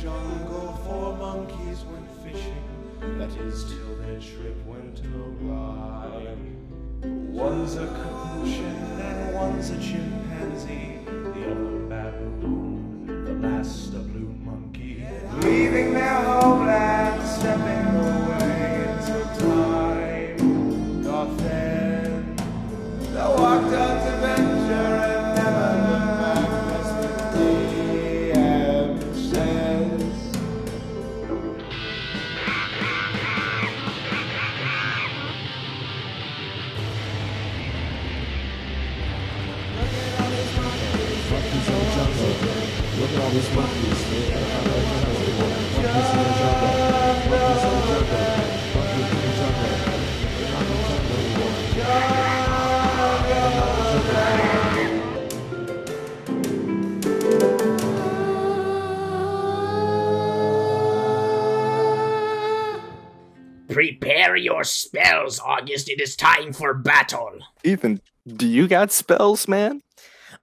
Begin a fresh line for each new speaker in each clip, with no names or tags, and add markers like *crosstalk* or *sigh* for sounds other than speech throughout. jungle for monkeys went fishing. That is, till their trip went awry. One's a capuchin and one's a chimpanzee. The other baboon, the last a blue monkey. Leaving their homeland, stepping away into time. Doth end. They walked out to venture and never looked back. That's the DM says.
Prepare your spells, August. It is time for battle.
Ethan, do you got spells, man?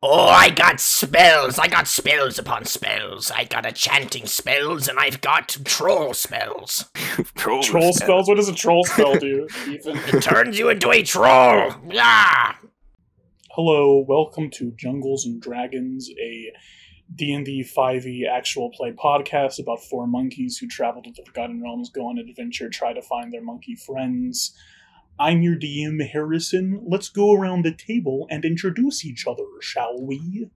Oh, I got spells. I got spells upon spells. I got a chanting spells, and I've got troll *laughs* spells.
Troll,
Troll *laughs* spells? What does a troll spell do, *laughs* Ethan?
It turns you into a troll. Yeah.
Hello, welcome to Jungles and Dragons, a D&D 5e E actual play podcast about four monkeys who travel to the Forgotten Realms, go on an adventure, try to find their monkey friends. I'm your DM, Harrison. Let's go around the table and introduce each other, shall we?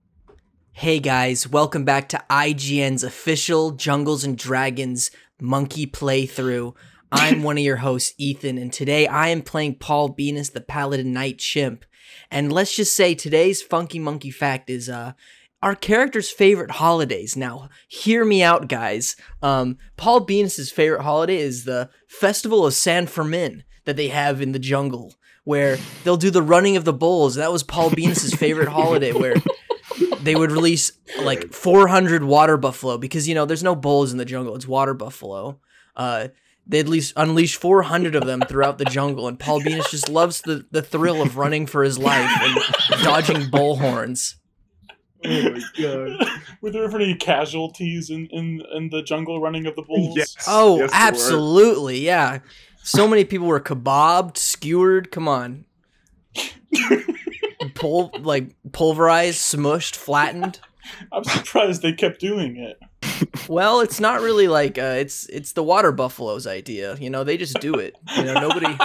Hey guys, welcome back to IGN's official Jungles and Dragons monkey playthrough. I'm one of your hosts, Ethan, and today I am playing Paul Venus, the Paladin Knight Chimp. And let's just say today's funky monkey fact is uh our character's favorite holidays. Now, hear me out, guys. Um, Paul Venus's favorite holiday is the Festival of San Fermin that they have in the jungle, where they'll do the running of the bulls. That was Paul Venus's favorite holiday, where they would release like 400 water buffalo because you know there's no bulls in the jungle it's water buffalo uh they'd lease, unleash 400 of them throughout the jungle and paul venus just loves the, the thrill of running for his life and dodging bull horns
Oh my god. Were there ever any casualties in, in, in the jungle running of the bulls?
oh
Yes, there were.
absolutely yeah so many people were kebabbed skewered come on Pul- like pulverized smushed flattened
I'm surprised they kept doing it.
Well, it's not really like uh, it's it's the water buffalo's idea. You know, they just do it. You know, nobody.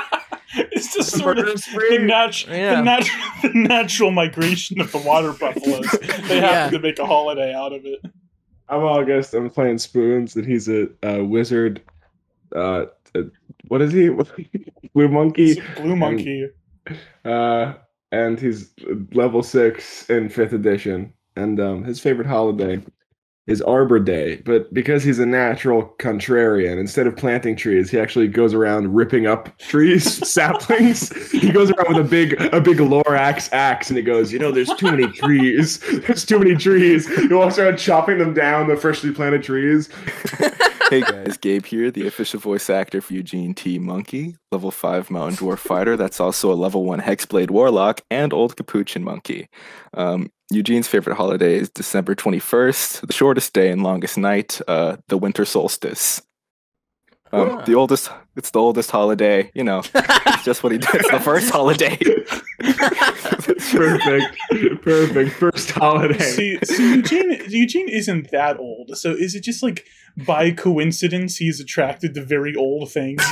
it's just sort of the, nat-
Yeah.
the, nat- *laughs* the natural migration of the water *laughs* buffaloes. They
Yeah.
happen to make a holiday out of it.
I'm August. I'm playing spoons, and he's a, a wizard. Uh, uh, what is he? *laughs* Blue
It's
monkey.
a blue monkey.
Uh, and he's level six in fifth edition. And um, his favorite holiday is Arbor Day. But because he's a natural contrarian, instead of planting trees, he actually goes around ripping up trees, *laughs* saplings. He goes around with a big, a big Lorax axe, and he goes, "You know, there's too many trees. *laughs* There's too many trees." He walks around chopping them down, the freshly planted trees.
hey guys, Gabe here, the official voice actor for Eugene T. Monkey, level 5 mountain dwarf fighter that's also a level 1 hexblade warlock, and old capuchin monkey. Um, Eugene's favorite holiday is December 21st, the shortest day and longest night, uh, the winter solstice. Um,
Ah.
The oldest, it's the oldest holiday, you know, it's just what he did. It's the first holiday. *laughs*
Perfect, perfect. First holiday.
See, see, Eugene, Eugene isn't that old. So is it just like by coincidence he's attracted to very old
*laughs*
things?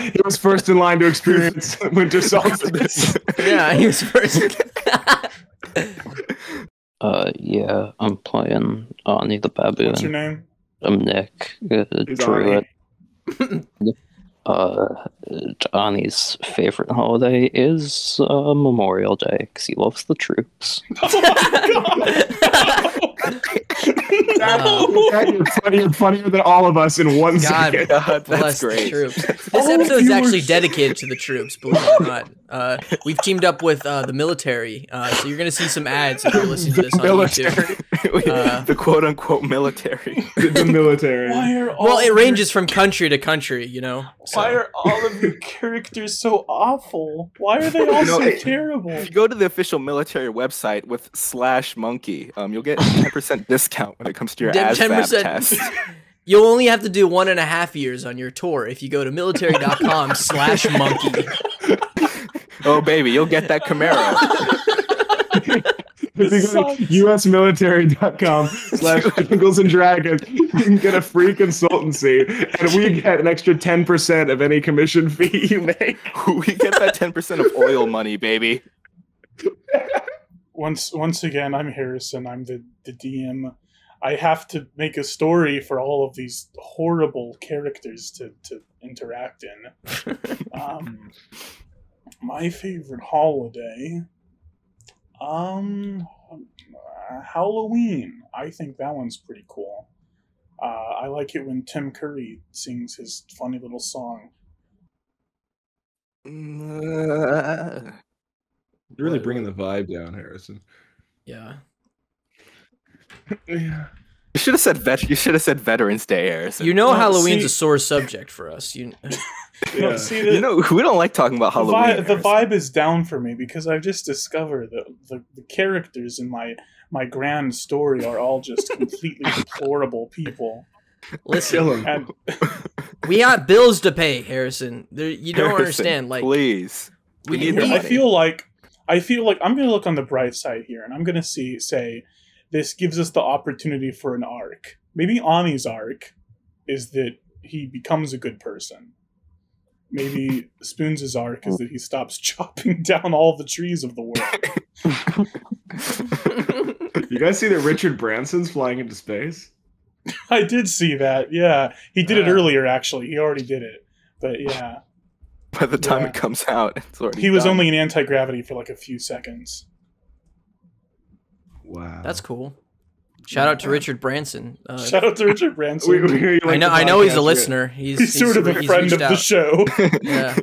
he was first in line to experience winter solstice.
yeah, he was first.
*laughs*
Uh, yeah, I'm playing Arnie the Baboon.
What's your name?
I'm Nick, uh,
He's
druid. *laughs* uh, Arnie's favorite holiday is uh, Memorial Day because he loves the troops.
Oh my god!
Wow.
No!
Yeah, *laughs* you're funnier, you're funnier than all of us in one
God
second. *laughs*
God, *laughs* that's
Bless the
great. *laughs*
troops.
Oh,
This episode is actually dedicated to the troops. Believe it or not, uh, we've teamed up with uh, the military, uh, so you're gonna see some ads if you're listening to this on YouTube.
*laughs*
Uh,
the quote unquote military.
The, the military. *laughs*
Why are all
Well, it
of your-
ranges from country to country, you know. so-
Why are all of your characters so awful? Why are *laughs* they all
No,
so
it-
terrible?
If you go to the official military website with slash monkey, um, you'll get 10% discount when it comes to your
Dem-
ASVAB
10%.
test.
You'll only have to do one and a half years on your tour if you go to military.com slash monkey.
*laughs*
Oh baby, you'll get that Camaro. *laughs*
If you go to usmilitary.com slash jungles and dragons, you can get a free consultancy, and we get an extra 10% of any commission *laughs* fee you make.
we get that ten percent of oil money, baby.
once once again i'm harrison i'm the, the dm i have to make a story for all of these horrible characters to, to interact in um, my favorite holiday um uh, halloween i think that one's pretty cool uh, i like it when tim curry sings his funny little song
Mm, uh,
You're really bringing the vibe down, Harrison.
Yeah.
Yeah.
You should have said vet- you should have said Veterans Day, Harrison.
You know
Well,
Halloween's a
see-
sore subject for us. You *laughs*
Yeah.
see
You know, we don't like talking about
The vi-
Halloween.
The,
Harrison.
vibe is down for me because I've just discovered that the, the characters in my my grand story are all just completely deplorable people.
listen,
Kill him.
And
we got bills to pay, Harrison. There, you don't
Harrison,
understand. Like
please. We
we-
need the
we-
I
money.
feel like I feel like I'm gonna look on the bright side here, and I'm gonna see say this gives us the opportunity for an arc. Maybe Ani's arc is that he becomes a good person. Maybe Spoons' arc is that he stops *laughs* chopping down all the trees of the world.
You guys see that Richard Branson's flying into space?
I did see that. Yeah, he did it
Yeah.
earlier. Actually, he already did it. But yeah,
By the time
Yeah.
it comes out, it's already.
he was
done.
only in anti gravity for like a few seconds.
Wow.
that's cool. Shout out to Richard Branson. Uh,
Shout out to Richard Branson.
We- we hear you like
I know.
the
I know he's
podcast,
a
yeah.
listener. He's,
he's, sort of a
he's
friend
reached
of the
out. *laughs*
show.
Yeah.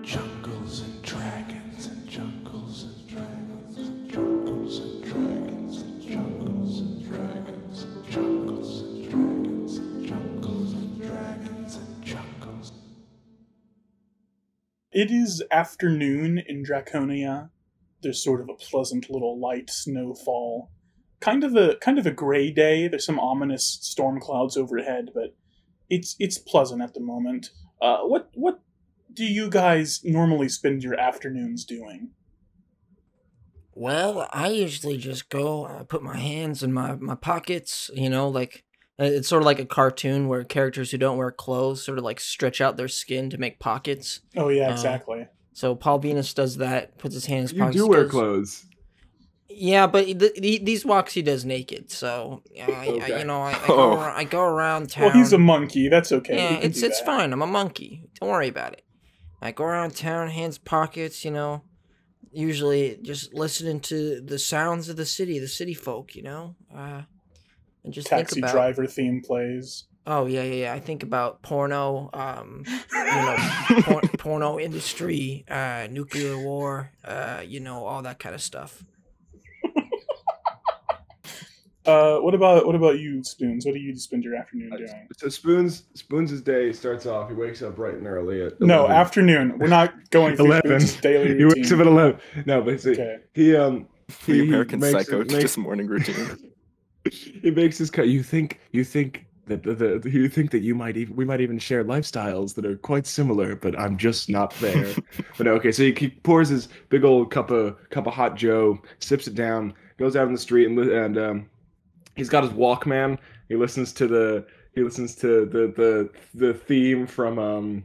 Jungles and dragons and jungles and dragons and jungles and dragons and jungles and dragons and jungles and dragons and jungles and dragons and jungles.
It is afternoon in Draconia. There's sort of a pleasant little light snowfall. Kind of a kind of a gray day. There's some ominous storm clouds overhead, but it's it's pleasant at the moment. Uh, what what do you guys normally spend your afternoons doing?
Well, I usually just go. I put my hands in my my pockets. You know, like uh, it's sort of like a cartoon where characters who don't wear clothes sort of like stretch out their skin to make pockets.
Oh yeah,
Uh,
exactly.
So Paul Venus does that. Puts his hands. in his
You
pockets,
do wear
goes-
clothes.
Yeah, but th- th- these walks he does naked. So uh, I, I,
Okay.
you know, I, I,
Oh.
go, ar- I go around town.
Well, he's a monkey. That's okay.
yeah,
We can
it's
do
it's
that.
fine. I'm a monkey. Don't worry about it. I go around town, hands pockets, you know. Usually, just listening to the sounds of the city, the city folk, you know. Uh, and just
Taxi
think about.
driver theme plays.
Oh yeah, yeah, yeah. I think about porno, um,
*laughs*
you know, por- porno industry, uh, nuclear war, uh, you know, all that kind of stuff.
Uh, what about what about you, Spoons? What do you spend your afternoon doing?
So Spoons Spoons' day starts off. He wakes up bright and early at
No,
11.
afternoon. We're not going through
11.
Spoons' daily
he wakes up
routine.
at eleven. No, but see,
Okay.
he um he
the American
makes,
Psycho
makes,
to just morning routine.
*laughs* he makes his cut. You think you think that the, the you think that you might even we might even share lifestyles that are quite similar, but I'm just not
*laughs*
there. but no, okay, so he, he pours his big old cup of cup of hot Joe, sips it down, goes out in the street and li- and um he's got his Walkman. He listens to the he listens to the the the theme from um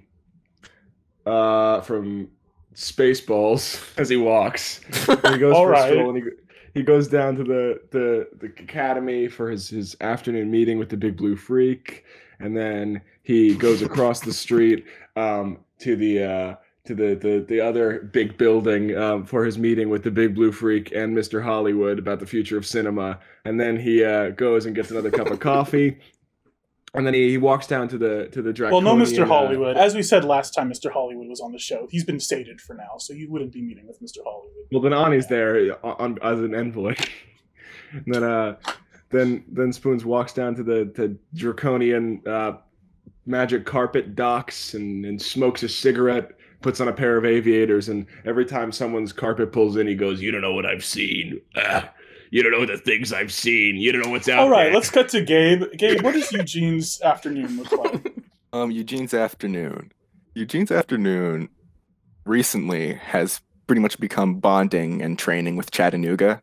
uh from Spaceballs *laughs* as he walks. And he goes
All
for a
right.
stroll and he, he goes down to the, the the academy for his his afternoon meeting with the Big Blue Freak, and then he goes across the street um to the uh to the, the, the other big building um, for his meeting with the big blue freak and Mr. Hollywood about the future of cinema. And then he uh, goes and gets another cup of coffee. And then he, he walks down to the to the Draconian,
Well, no, Mr.
uh,
Hollywood. As we said last time, Mr. Hollywood was on the show. He's been sated for now, so you wouldn't be meeting with Mr. Hollywood.
Well, then Ani's there uh, on, as an envoy. *laughs* and then, uh, then, then Spoons walks down to the to draconian uh, magic carpet docks and, and smokes a cigarette, puts on a pair of aviators, and every time someone's carpet pulls in, he goes, "You don't know what I've seen." Ah.
You don't know the things I've seen. You don't know what's out
All right,
there.
let's cut to Gabe. Gabe, what does Eugene's afternoon look like?
Um, Eugene's afternoon. Eugene's afternoon recently has pretty much become bonding and training with Chattanooga.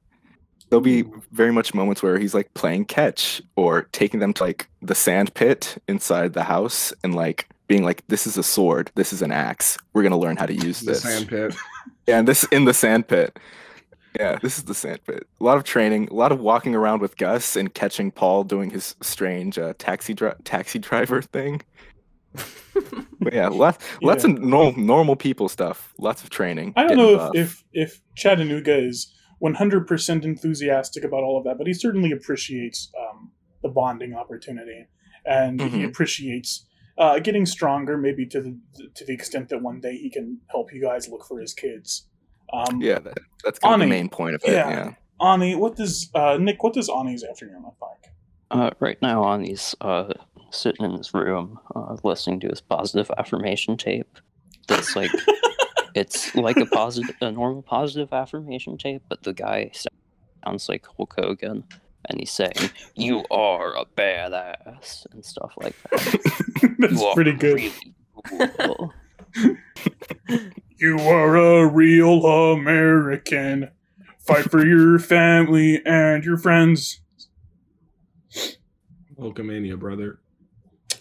There'll be very much moments where he's like playing catch or taking them to like the sand pit inside the house and like being like, "This is a sword. This is an axe. We're gonna learn how to use
The
this."
sandpit.
Yeah, and this in the sand pit. Yeah, this is the sand pit. A lot of training, a lot of walking around with Gus and catching Paul doing his strange uh, taxi dri- taxi driver thing. but
*laughs*
yeah, lots lots of normal normal people stuff. Lots of training.
I don't
getting
know
buff.
if, if, if Chattanooga is 100% enthusiastic about all of that, but he certainly appreciates um, the bonding opportunity. And he
Mhm.
appreciates uh, getting stronger, maybe to the, to the extent that one day he can help you guys look for his kids. Um,
yeah, that, that's kind of
Ani,
the main point of it.
yeah.
Yeah.
Ani, what does uh, Nick? What does Ani's afternoon look like? *laughs*
Uh, right now, Ani's uh, sitting in his room, uh, listening to his positive affirmation tape. That's
*laughs*
like, it's like a positive, a normal positive affirmation tape, but the guy sounds like Hulk Hogan, and he's saying, "You are a badass" and stuff like that.
That's
you are
pretty good.
really cool."
*laughs*
You are a real American. Fight for your family and your friends.
Hulkamania, brother.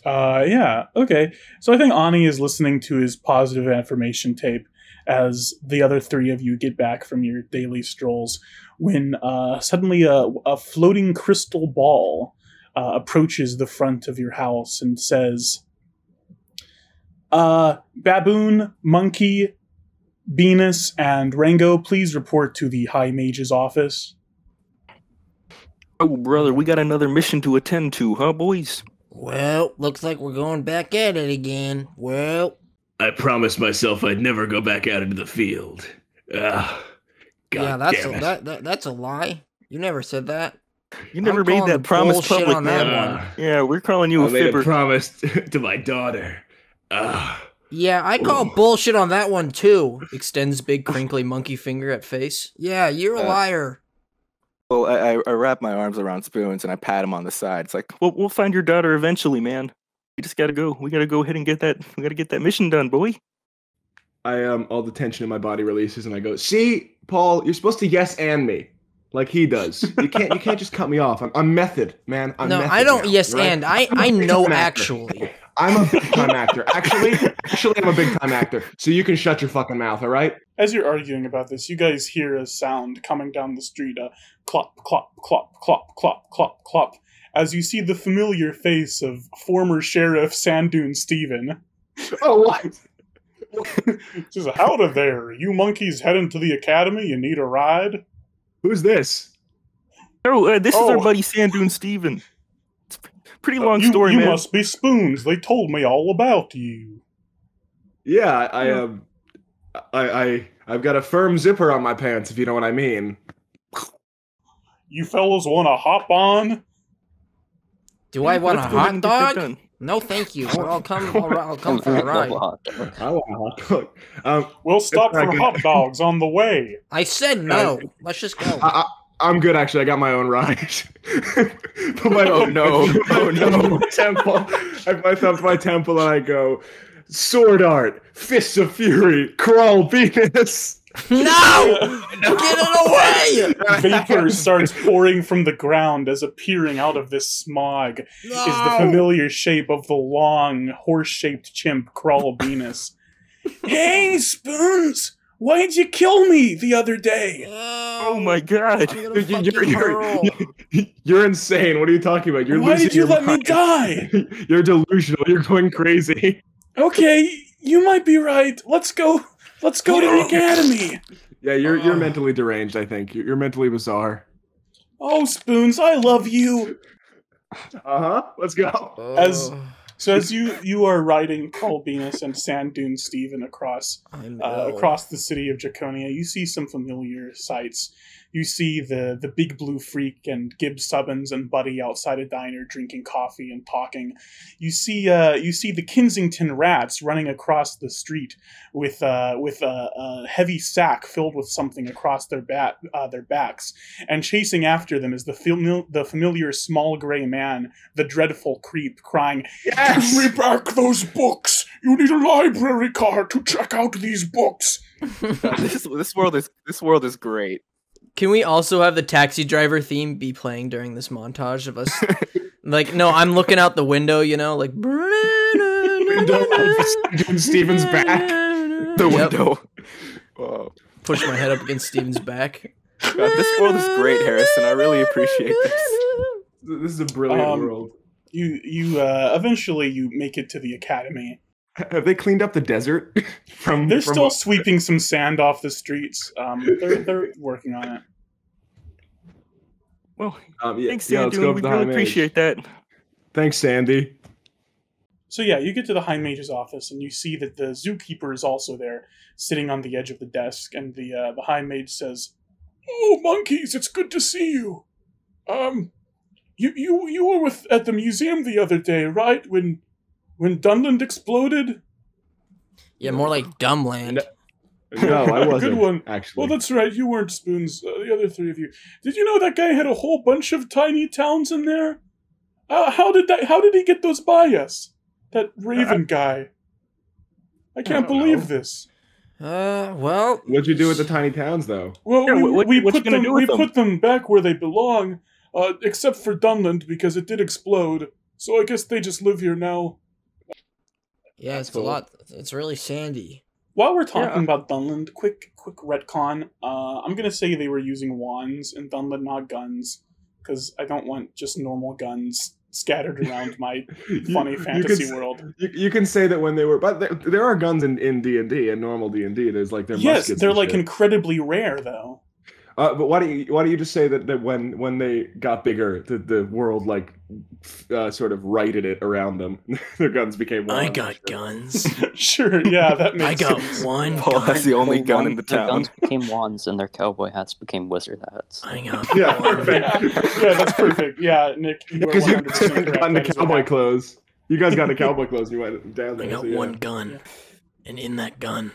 Uh, yeah, okay. So I think Ani is listening to his positive affirmation tape as the other three of you get back from your daily strolls when uh, suddenly a, a floating crystal ball uh, approaches the front of your house and says, uh, Baboon, Monkey, Venus, and Rango, please report to the High Mage's office.
Oh, brother, we got another mission to attend to, huh, boys?
Well, looks like we're going back at it again. Well,
I promised myself I'd never go back out into the field. Ah, God
yeah, that's a,
damn it.
that, that that's a lie. You never said that.
You never
I'm
made
calling
that promise
bullshit
public,
on that
man.
Uh,
one.
Ah,
Yeah, we're calling you
I
a
made a
*laughs*
fibber.
promise to my daughter. Ah,
Yeah, I call
Ooh.
bullshit on that one too. Extends big crinkly monkey finger at face. Yeah, you're a
Uh,
liar.
well, I, I, I wrap my arms around spoons and I pat him on the side. It's like, *laughs* well, we'll find your daughter eventually, man. We just gotta go. We gotta go ahead and get that. We gotta get that mission done, boy.
I um all the tension in my body releases and I go, see, Paul, you're supposed to yes and me. Like he does. You can't you can't just cut me off. I'm, I'm method, man. I'm
no,
method
I don't.
now,
yes,
right?
and I
*laughs* I'm a
I
big
know
time actor.
actually.
I'm a big
*laughs*
time actor. Actually, actually I'm a big time actor. So you can shut your fucking mouth, all right? *laughs*
As you're arguing about this, you guys hear a sound coming down the street a clop, clop, clop, clop, clop, clop, clop, as you see the familiar face of former Sheriff Sandoon Steven.
Oh what?
Says, Howdy there, you monkeys heading to the academy, you need a ride?
*laughs* Who's this?
Oh, uh, this is
Oh. Uh,
our buddy Sandoon Steven. It's p- pretty long
you
story,
you
man.
must be spoons, they told me all about you.
Yeah, I, I
Hmm.
um I I I've got a firm zipper on my pants, if you know what I mean.
You fellas wanna hop on?
Do I want a
Let's go ahead
hot
and get that
dog?
done.
No, thank you. I'll come. I'll, ri- I'll come for a
Love
ride.
a hot dog.
I want a hot dog. Um
We'll stop
not
for
good.
hot dogs on the way.
I said no. Let's just go.
I, I I'm good actually. I got my own ride. *laughs* Put my
Oh, no. Oh, no.
temple. I my thumb to my temple and I go sword art, fists of fury, crawl
*laughs*
Venus.
no, get it away.
*laughs*
Vapor starts pouring from the ground as appearing out of this smog
No.
is the familiar shape of the long, horse-shaped chimp, Crawl Venus. hey, Spoons! Why'd you kill me the other day?
Oh my god.
I'm
You're,
gonna
you're- you're-
fucking hurl.
*laughs* you're insane. What are you talking about? You're
Why
losing
did you
your
let me
mind.
die?
*laughs* You're delusional. You're going crazy. *laughs*
Okay, you might be right. Let's go. Let's go
*laughs*
to the academy.
Yeah, you're you're
Ah.
Ugh.
mentally deranged. I think you're, you're mentally bizarre.
Oh, Spoons, I love you.
Uh
Uh-huh.
huh. Let's go. *laughs*
As-
Oh,
So as you you are riding Crawl Venus and Sand Dune Steven across
I
uh,
know.
across the city of Draconia, you see some familiar sights. you see the the big blue freak and Gibbs Subbins and Buddy outside a diner drinking coffee and talking. You see uh, you see the Kensington rats running across the street with uh, with a, a heavy sack filled with something across their bat uh, their backs, and chasing after them is the fami- the familiar small gray man, the dreadful creep, crying, "Give me back those books! You need a library card to check out these books."
this this world is this world is great.
Can we also have the taxi driver theme be playing during this montage of us? like, no, I'm looking out the window, you know, like.
Doing Steven's back.
The *laughs*
Yep,
window. Wow.
Push my head up against Steven's back.
God, this world is great, Harrison. I really appreciate this.
This is a brilliant
Um,
world.
You you uh, eventually you make it to the academy.
Have they cleaned up the desert *laughs* from?
They're
from
still sweeping some sand off the streets. Um, they're they're working on it.
Well,
Um, yeah,
thanks,
yeah,
Sandy.
let's go up
we
the
really
high mage.
appreciate that.
Thanks,
*laughs*
Sandy.
So yeah, you get to the high mage's office and you see that the zookeeper is also there, sitting on the edge of the desk. And the uh, the high mage says, "Oh, monkeys, it's good to see you. Um, you you you were with at the museum the other day, right? When when Dunland exploded.
Yeah, more like Dumbland.
No, I
Good
wasn't.
one.
Actually,
Well, that's right. You weren't spoons. Uh, the other three of you. Did you know that guy had a whole bunch of tiny towns in there? Uh, how did that? How did he get those by us? That
Uh,
Raven guy. I
don't
can't believe
know.
this.
Uh, well,
what'd you do with the tiny towns, though?
Well,
Yeah,
we,
what-
we
what you
put
gonna
them.
do
we
with them?
put them back where they belong, uh, except for Dunland because it did explode. So I guess they just live here now.
yeah, it's
Cool.
a lot. It's really sandy.
While we're talking about Dunland, quick quick retcon. Uh, I'm gonna say they were using wands and Dunland, not guns, because I don't want just normal guns
*laughs*
scattered around my *laughs* funny
you
fantasy
could s-
world.
You, you can say that when they were, but there, there are guns in in D and D and normal D and D. There's like their
Yes,
muskets
they're
and
like
shit.
incredibly rare though. *laughs*
Uh, but why don't you why don't you just say that, that when when they got bigger, the, the world like f- uh, sort of righted it around them. *laughs* their guns became.
I
wild.
got guns.
*laughs*
sure, yeah, that
I
makes
got
sense. *laughs*
one
Paul has
gun.
the only
Well,
gun
one-
in the
their
town.
guns became wands, and their cowboy hats became wizard hats.
I got
Yeah, *laughs*
one.
Yeah, *laughs* yeah, that's perfect. Yeah, Nick, you are
Because you
100
guys *laughs* haven't gotten the cowboy clothes. You guys
*laughs*
got the cowboy clothes. and You went down
I
there.
*laughs*
got
so yeah.
one gun. And in that gun,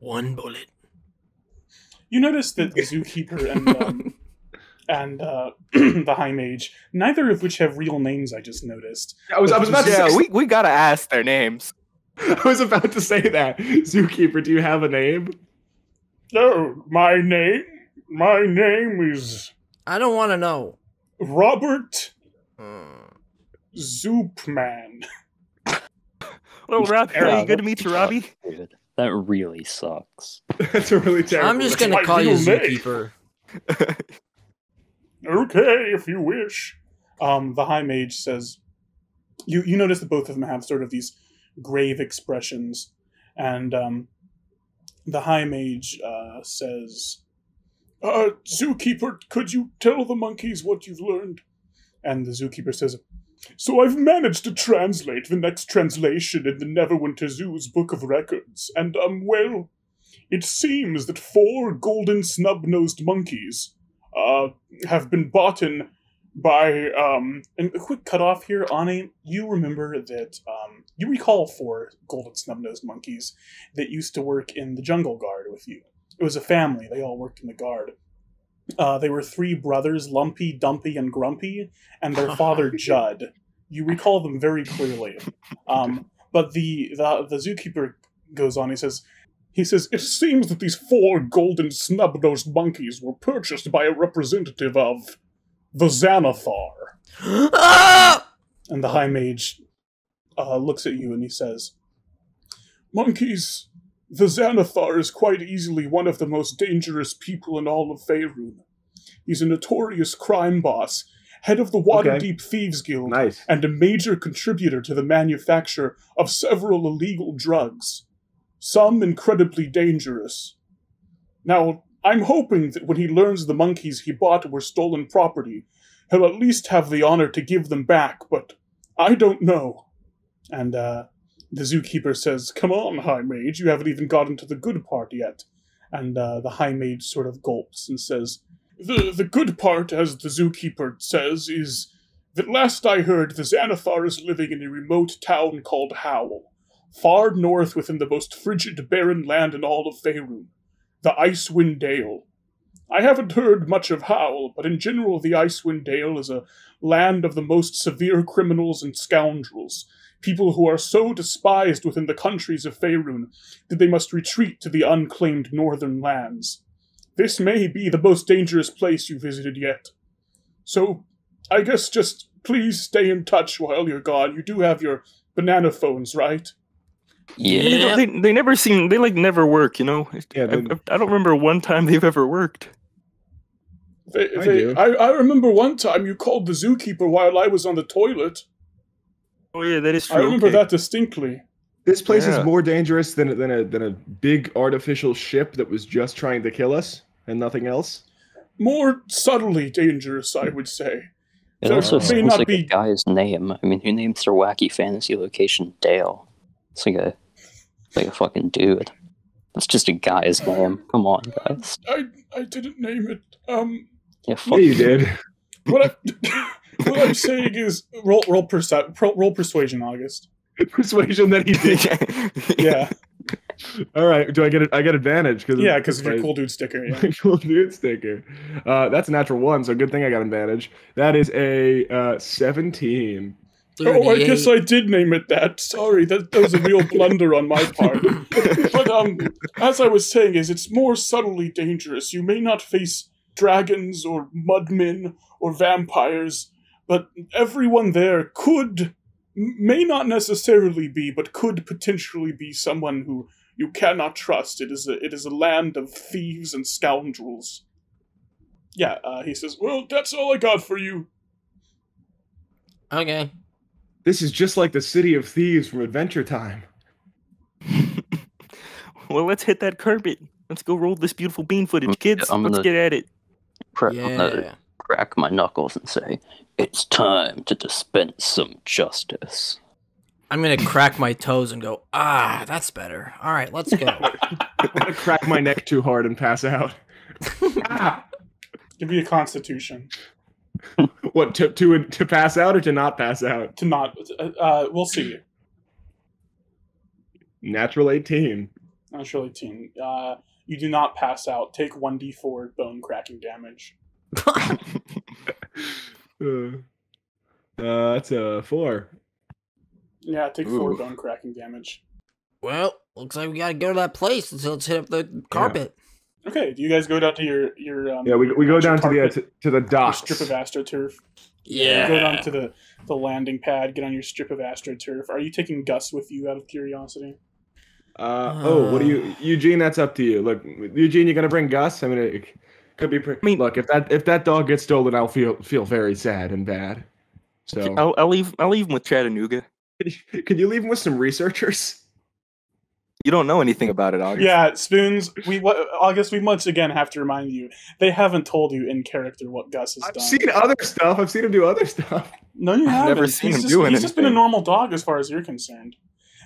one bullet.
You notice that the zookeeper and
*laughs*
um, and uh, *clears throat* the high mage, neither of which have real names. I just noticed.
I was I was about to
yeah,
say,
we, we gotta ask their names.
*laughs* I was about to say that zookeeper. Do you have a name? *laughs*
No, my name, my name is
I don't want to know.
Robert Zoopman.
Hello, Rob.
Yeah,
Harry, good
that-
to meet you, Robbie.
Dude, that really sucks.
That's a really terrible.
I'm just
That's
gonna
my
call you
real name.
zookeeper.
*laughs* Okay, if you wish. Um, the high mage says, "You you notice that both of them have sort of these grave expressions, and um, the high mage uh, says, uh, "Zookeeper, could you tell the monkeys what you've learned?" And the zookeeper says, "So I've managed to translate the next translation in the Neverwinter Zoo's book of records, and um, well, it seems that four golden snub-nosed monkeys." Uh, have been bought in by um and a quick cutoff here Ani, you remember that um you recall four golden snub-nosed monkeys that used to work in the jungle guard with you it was a family they all worked in the guard uh, they were three brothers lumpy dumpy and grumpy and their father judd you recall them very clearly um, but the, the the zookeeper goes on he says he says, It seems that these four golden snub nosed monkeys were purchased by a representative of the Xanathar.
Ah!
And the High Mage uh, looks at you and he says, Monkeys, the Xanathar is quite easily one of the most dangerous people in all of Faerun. He's a notorious crime boss, head of the Waterdeep Thieves Guild,
nice.
and a major contributor to the manufacture of several illegal drugs, some incredibly dangerous. Now, I'm hoping that when he learns the monkeys he bought were stolen property, he'll at least have the honor to give them back, but I don't know. And uh, the zookeeper says, Come on, High Mage, you haven't even gotten to the good part yet. And uh, the High Mage sort of gulps and says, The the good part, as the zookeeper says, is that last I heard, the Xanathar is living in a remote town called Howl, far north within the most frigid, barren land in all of Faerun, the Icewind Dale. I haven't heard much of Howl, but in general, the Icewind Dale is a land of the most severe criminals and scoundrels, people who are so despised within the countries of Faerun that they must retreat to the unclaimed northern lands. This may be the most dangerous place you visited yet. So, I guess just please stay in touch while you're gone. You do have your banana phones, right?
They,
Yeah.
don't- they, they never seem they like never work, you know.
Yeah,
I,
they-
I- I don't remember one time they've ever worked.
They,
I
they,
do.
I, I remember one time you called the zookeeper while I was on the toilet.
Oh yeah, that is true.
I remember
okay.
that distinctly.
This place
Yeah.
is more dangerous than a- than a than a big artificial ship that was just trying to kill us and nothing else.
More subtly dangerous, I would say.
It
So
also
it may
sounds
not
like
be-
a guy's name. I mean, who names their wacky fantasy location Dale? It's like a like a fucking dude. That's just a guy's name. Come on, guys.
I I didn't name it. Um,
Yeah, fuck
Yeah, you did. *laughs*
what, I, *laughs* what I'm saying is roll roll, perce- roll roll persuasion, August.
Persuasion that he did.
Yeah,
*laughs* All right, do I get it? I get advantage because
yeah, because of your
*laughs*
cool dude sticker.
*laughs*
Yeah.
My cool dude sticker. Uh, that's a natural one, so good thing I got advantage. That is a uh, seventeen.
Oh, I guess I did name it that. Sorry, that, that was a real blunder on my part. But um, as I was saying, is it's more subtly dangerous. You may not face dragons or mudmen or vampires, but everyone there could, m- may not necessarily be, but could potentially be someone who you cannot trust. It is a it is a land of thieves and scoundrels. Yeah, uh, he says. Well, that's all I got for you.
Okay.
This is just like the city of thieves from Adventure *laughs* Time.
well, let's hit that carpet. Let's go roll this beautiful bean footage,
Mm,
kids.
I'm
let's
gonna-
get at it.
pre- I'm gonna
Yeah.
crack my knuckles and say, "It's time to dispense some justice."
I'm gonna crack my toes and go. Ah, that's better. All right,
*laughs*
let's go.
I'm gonna crack my neck too hard and pass out. Ah!
Give me a Constitution.
What to to to pass out or to not pass out?
to not. Uh, uh, we'll see.
Natural eighteen.
Natural 18. Uh, you do not pass out. Take 1d4 bone cracking damage.
Uh, uh, that's a four.
Yeah, take 4
Ooh.
bone cracking damage.
well, looks like we gotta go to that place. So let's hit up the carpet.
Okay, do you guys go down to your. your um,
Yeah, we, we go
your
down to the uh,
carpet,
to, to the
your
docks.
strip of astroturf.
Yeah.
You go down to the, the landing pad, get on your strip of astroturf. Are you taking Gus with you out of curiosity?
Uh, oh, what do you, Eugene? That's up to you. Look, Eugene, you're gonna bring Gus. I mean, it could be. Pre-
I mean-
look, if that if that dog gets stolen, I'll feel feel very sad and bad. So, *laughs*
I'll, I'll leave. I'll leave him with Chattanooga.
could you leave him with some researchers?
You don't know anything about it, August.
Yeah, Spoons, we wa- August, we once again have to remind you, they haven't told you in character what Gus has
I've
done.
seen other stuff. I've seen him do other stuff.
No, you
I've
haven't.
never seen
he's
him
just,
doing
He's just been a
anything.
normal dog as far as you're concerned.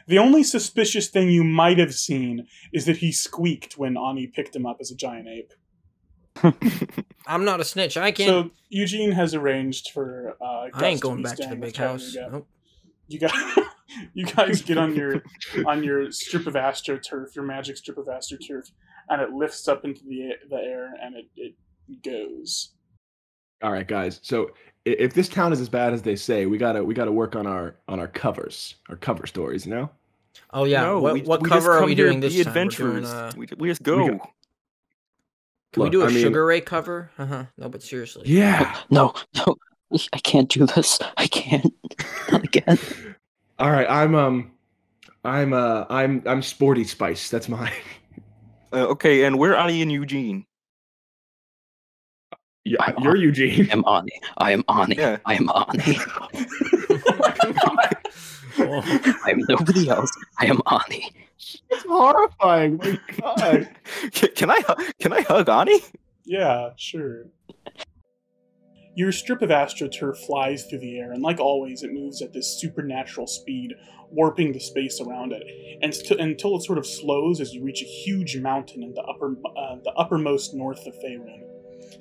The only suspicious thing you might have seen is that he squeaked when Ani picked him up as a giant ape.
I'm not a snitch. I can't.
So Eugene has arranged for. Uh, Gus
I ain't
to
going
be
back to the
staying with
big house.
Chattanooga.
Nope.
You guys, *laughs* you guys get on your on your strip of astroturf, your magic strip of astroturf, and it lifts up into the the air and it, it goes.
All right, guys. So i- if this town is as bad as they say, we gotta we gotta work on our on our covers, our cover stories. You know.
Oh yeah.
No,
what
we-
what
we just
cover are
come
we
here
doing
to
this
be
time? We're doing,
adventurers.
uh,
We, ju- we just
we
go.
got-
Can we
Look,
do a
I mean-
Sugar Ray cover? Uh huh. No, but seriously.
Yeah.
No, no, I can't do this. I can't. Not again.
All right. I'm um, I'm uh, I'm I'm sporty spice. That's mine.
Uh, okay, *laughs* and where are Ani and Eugene?
Yeah, *laughs*
I'm
you're Eugene.
I am Ani. I am Ani.
Yeah.
I am Ani.
Oh,
I am nobody else. I am Ani.
That's horrifying. My God.
Can- Can I hu- can I hug Ani?
Yeah, sure. Your strip of astroturf flies through the air, and like always, it moves at this supernatural speed, warping the space around it, and st- until it sort of slows as you reach a huge mountain in the upper uh, the uppermost north of Faerun.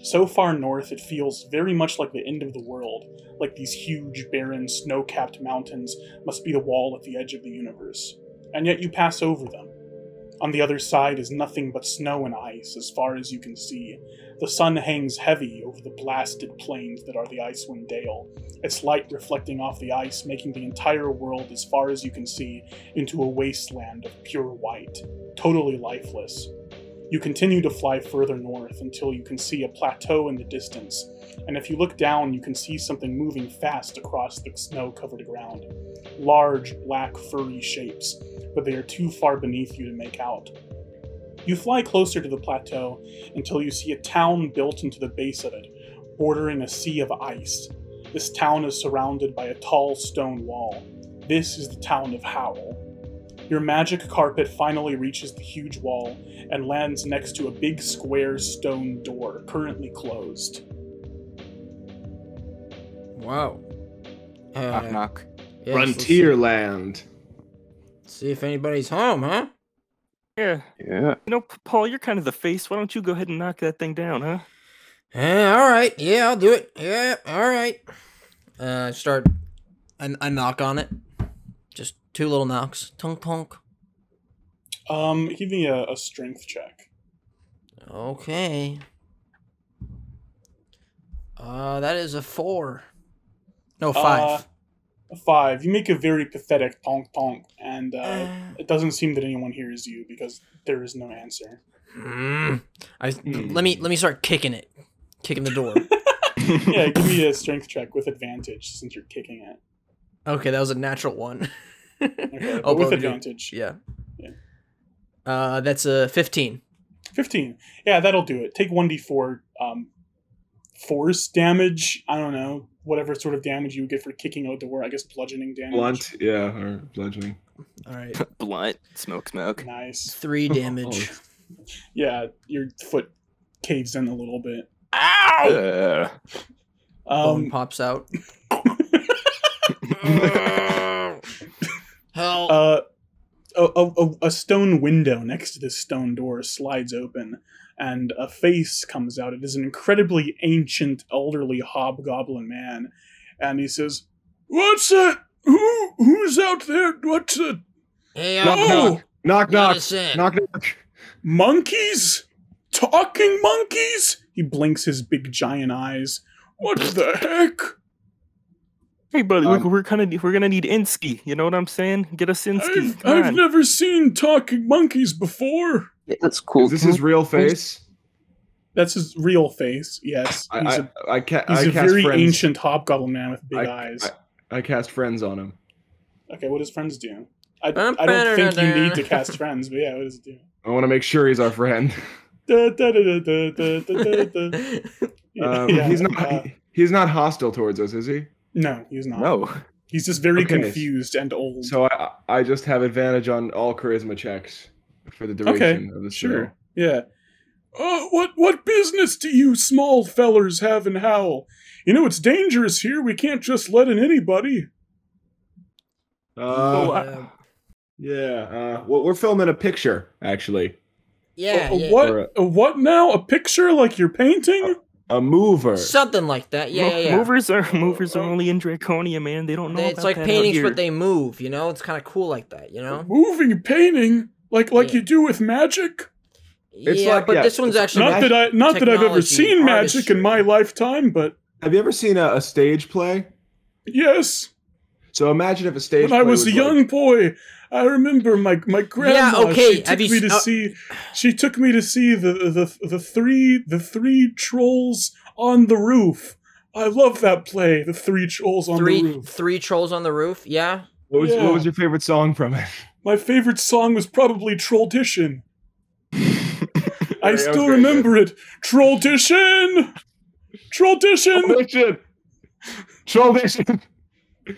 So far north, it feels very much like the end of the world, like these huge, barren, snow capped mountains must be the wall at the edge of the universe. And yet you pass over them. On the other side is nothing but snow and ice, as far as you can see. The sun hangs heavy over the blasted plains that are the Icewind Dale, its light reflecting off the ice, making the entire world, as far as you can see, into a wasteland of pure white, totally lifeless. You continue to fly further north until you can see a plateau in the distance, and if you look down, you can see something moving fast across the snow covered ground. Large, black, furry shapes, but they are too far beneath you to make out. You fly closer to the plateau until you see a town built into the base of it, bordering a sea of ice. This town is surrounded by a tall stone wall. This is the town of Howl. Your magic carpet finally reaches the huge wall and lands next to a big square stone door, currently closed.
Wow. Uh,
Knock knock.
yes, let's
Frontier land.
See, see if anybody's home, huh?
Yeah.
Yeah.
You know, P- Paul, you're kind of the face. Why don't you go ahead and knock that thing down, huh?
Yeah, all right. Yeah, I'll do it. Yeah, all right. Uh, start. I, I knock on it. Just two little knocks. Tonk tonk.
Um, give me a, a strength check.
Okay. Uh, that is a four. No
Uh,
five.
A five. You make a very pathetic tonk tonk, and
Uh,
uh, it doesn't seem that anyone hears you because there is no answer.
*sighs* mm. I
Hmm.
let me let me start kicking it, kicking
*laughs*
the door.
yeah, give me a strength check with advantage since you're kicking it.
okay, that was a natural one. *laughs*
*laughs* Okay,
Oh,
but with
but we do-
advantage.
yeah.
Yeah.
Uh, that's a fifteen.
15. Yeah, that'll do it. Take 1d4 um, force damage. I don't know. Whatever sort of damage you would get for kicking out the door. I guess bludgeoning damage.
Blunt, yeah, or bludgeoning.
All
*laughs*
right,
Blunt. Smoke, smoke.
Nice.
three
Oh,
damage.
Yeah, your foot caves in a little bit.
Ow!
Bone
Um,
pops out.
uh, a, a, a- a stone window next to this stone door slides open, and a face comes out. It is an incredibly ancient, elderly hobgoblin man, and he says, "What's that? Who who's out there? uh, What's that?
Hey,
Knock, knock, knock, knock, knock, knock.
Monkeys? Talking monkeys? He blinks his big giant eyes. What the heck?
Hey, buddy,
Um,
we're, we're kind of we're gonna need Insky. You know what I'm saying? Get us Insky.
I've,
Come
I've
on.
never seen talking monkeys before.
That's cool.
Is this
Can
his real face?
That's his real face, yes.
I,
he's
I,
a,
I, ca-
he's
I
a
cast
very
friends.
ancient hobgoblin man with big
I-
eyes.
I cast friends on him.
okay, what does friends do? I, I don't think you need to cast friends, but yeah, what does it
*laughs*
do?
I want to make sure he's our friend.
Da, da, da, da, da, da, da, da.
*laughs*
Um,
Yeah,
he's not.
uh,
he- he's not hostile towards us, is he?
no, he's not.
No.
He's just very
Okay.
confused and old.
So I, I just have advantage on all charisma checks for the duration of the
Sure.
show.
Yeah. Uh, what what business do you small fellers have in Howl? You know it's dangerous here. We can't just let in anybody.
Uh,
Oh, I-
Uh,
yeah. Uh, well, we're filming a picture, actually.
yeah,
A- a
yeah.
oh, what?
Or
a what now? A picture like you're painting?
A mover.
something like that. Yeah,
Mo-
yeah, yeah.
Movers are movers are only in Draconia, man. They don't know.
They- it's
about
like
that out
paintings,
here.
but they move. You know, it's kind of cool like that. You know,
Moving painting like like
Yeah.
you do with magic?
It's
yeah.
like-
but
yeah,
this one's
it's-
actually
Not that I not that I've ever
technology,
seen magic in my
artistry.
lifetime, but
Have you ever seen a, a stage play?
yes,
So imagine if a stage.
when I
play
was a
like-
young boy, I remember my my grandma. She
okay,
took
have you
me
s-
to
uh,
see. She took me to see the the the three the three trolls on the roof. I love that play, the three trolls on the
three
roof.
three trolls on the roof. Yeah,
What was,
Yeah.
what was your favorite song from
*laughs*
it?
My favorite song was probably Trolldition.
That
I
was
still
very
remember it. Trolldition. Trolldition.
Tradition. *laughs* Tradition.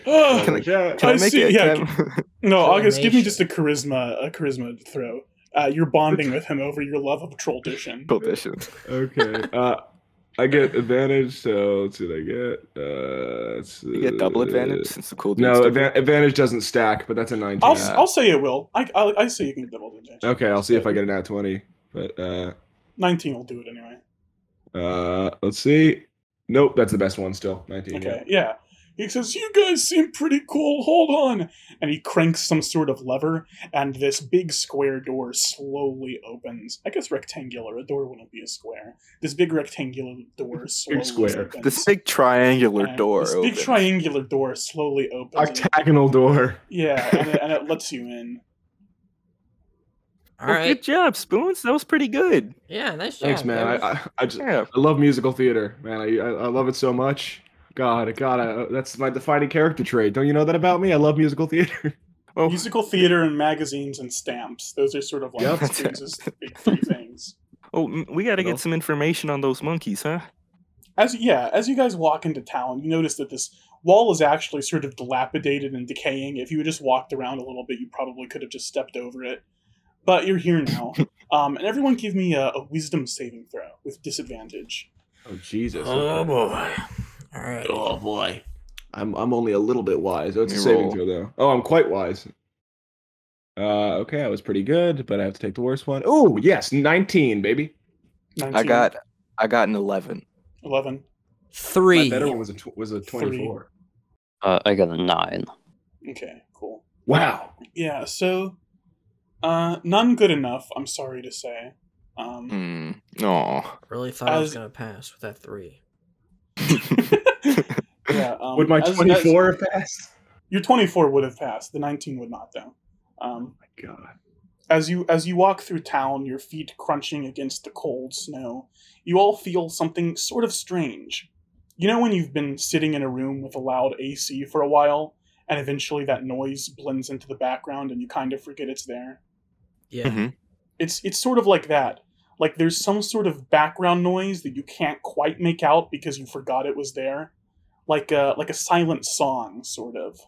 Ah,
Can I-
Yeah.
Can I,
I
make
see-
it?
yeah,
*laughs* Can I-
no, August, give me
Trollnation.
just a charisma a charisma throw. Uh, you're bonding with him over your love of Trolldition.
Prohibition.
Okay. Uh, I get advantage. So let's see what I get. Uh, it's,
You get double
uh,
advantage since the cool dude
No,
stuff.
adva- advantage doesn't stack, but that's a 19.
I'll,
Yeah.
I'll say it will. I, I'll, I say you can double the damage.
Okay, I'll see if I get an at 20. But uh,
19 will do it anyway.
Uh, let's see. Nope, that's the best one still. 19. yeah.
Okay, yeah. He says, You guys seem pretty cool, hold on. And he cranks some sort of lever, and this big square door slowly opens. I guess rectangular, a door wouldn't be a square. This big rectangular door slowly
square.
opens.
This big triangular
And
door
This big
opens.
triangular door slowly opens. and-
Octagonal door.
yeah, and it, and it lets you in. Oh,
All
Well,
right.
Oh, Good job, Spoons. That was pretty good.
Yeah, nice job.
Thanks, man.
That was-
I, I, I just
Yeah.
I love musical theater, man. I, I I love it so much. God, God, I, that's my defining character trait. Don't you know that about me? I love musical theater. *laughs*
Oh.
Musical theater and magazines and stamps. Those are sort of like
Yep.
Spoons' big three things.
Oh, m- we got to
Well.
get some information on those monkeys, huh?
As yeah, as you guys walk into town, you notice that this wall is actually sort of dilapidated and decaying. If you had just walked around a little bit, you probably could have just stepped over it. But you're
*laughs*
here now, um, and everyone give me a, a wisdom saving throw with disadvantage.
Oh Jesus!
Oh boy.
All right.
Oh boy.
I'm I'm only a little bit wise. Oh, it's a
Let me
saving
roll.
throw though. Oh, I'm quite wise. Uh, okay, I was pretty good, but I have to take the worst one. Oh, yes, 19, baby.
19,
I got I got an eleven.
eleven.
Three.
My better one was a tw- was a 24.
Uh, I got a
*laughs*
nine.
Okay, cool.
Wow.
Yeah, so uh, none good enough. I'm sorry to say. Um,
Hmm. Aw. *laughs*
Really thought I was
As-
gonna pass with that three.
Uh,
Hmm.
yeah, um,
Would my
as- as-
24 pass?
your 24 would have passed. The 19 would not, though. Um,
My God.
as you as you walk through town, your feet crunching against the cold snow, you all feel something sort of strange. You know when you've been sitting in a room with a loud AC for a while, and eventually that noise blends into the background, and you kind of forget it's there.
Yeah.
*laughs*
Mhm.
It's it's sort of like that. Like there's some sort of background noise that you can't quite make out because you forgot it was there. Like a like a silent song, sort of.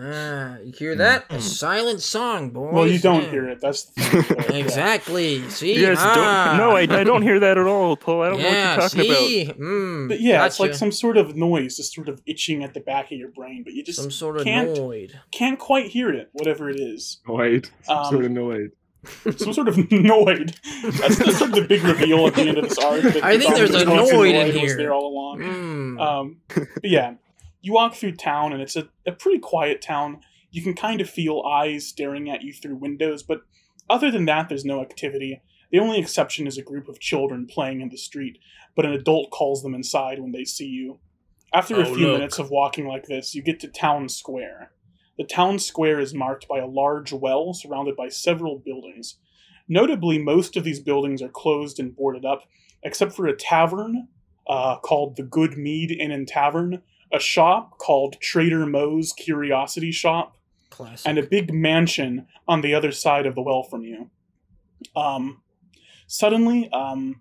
Ah, you hear that? A silent song, boy.
Mm. Well, you don't hear it. *laughs*
*laughs*
That's the thing. but, yeah.
Exactly. See.
You guys
ah.
don't. No, I, I don't hear that at all, Paul. I don't know what
yeah,
you're talking about.
see? Mm,
But yeah, it's like
gotcha.
some sort of noise, just sort of itching at the back of your brain, but you just
some sort of
can't-
noid.
can't quite hear it, whatever it is.
Wait.
Um,
sort of annoyed.
*laughs* Some sort of noid. That's the, sort of the big reveal at the end of this arc. that
I think
Dr.
there's a
Johnson
noid in
was
here.
there all along.
Mm.
Um, but yeah, you walk through town, and it's a, a pretty quiet town. You can kind of feel eyes staring at you through windows, but other than that, there's no activity. The only exception is a group of children playing in the street, but an adult calls them inside when they see you. After a
Oh,
few
look.
minutes of walking like this, you get to town square. The town square is marked by a large well surrounded by several buildings. Notably, most of these buildings are closed and boarded up, except for a tavern uh, called the Good Mead Inn and Tavern, a shop called Trader Moe's Curiosity Shop,
Classic.
and a big mansion on the other side of the well from you. Um, suddenly, um,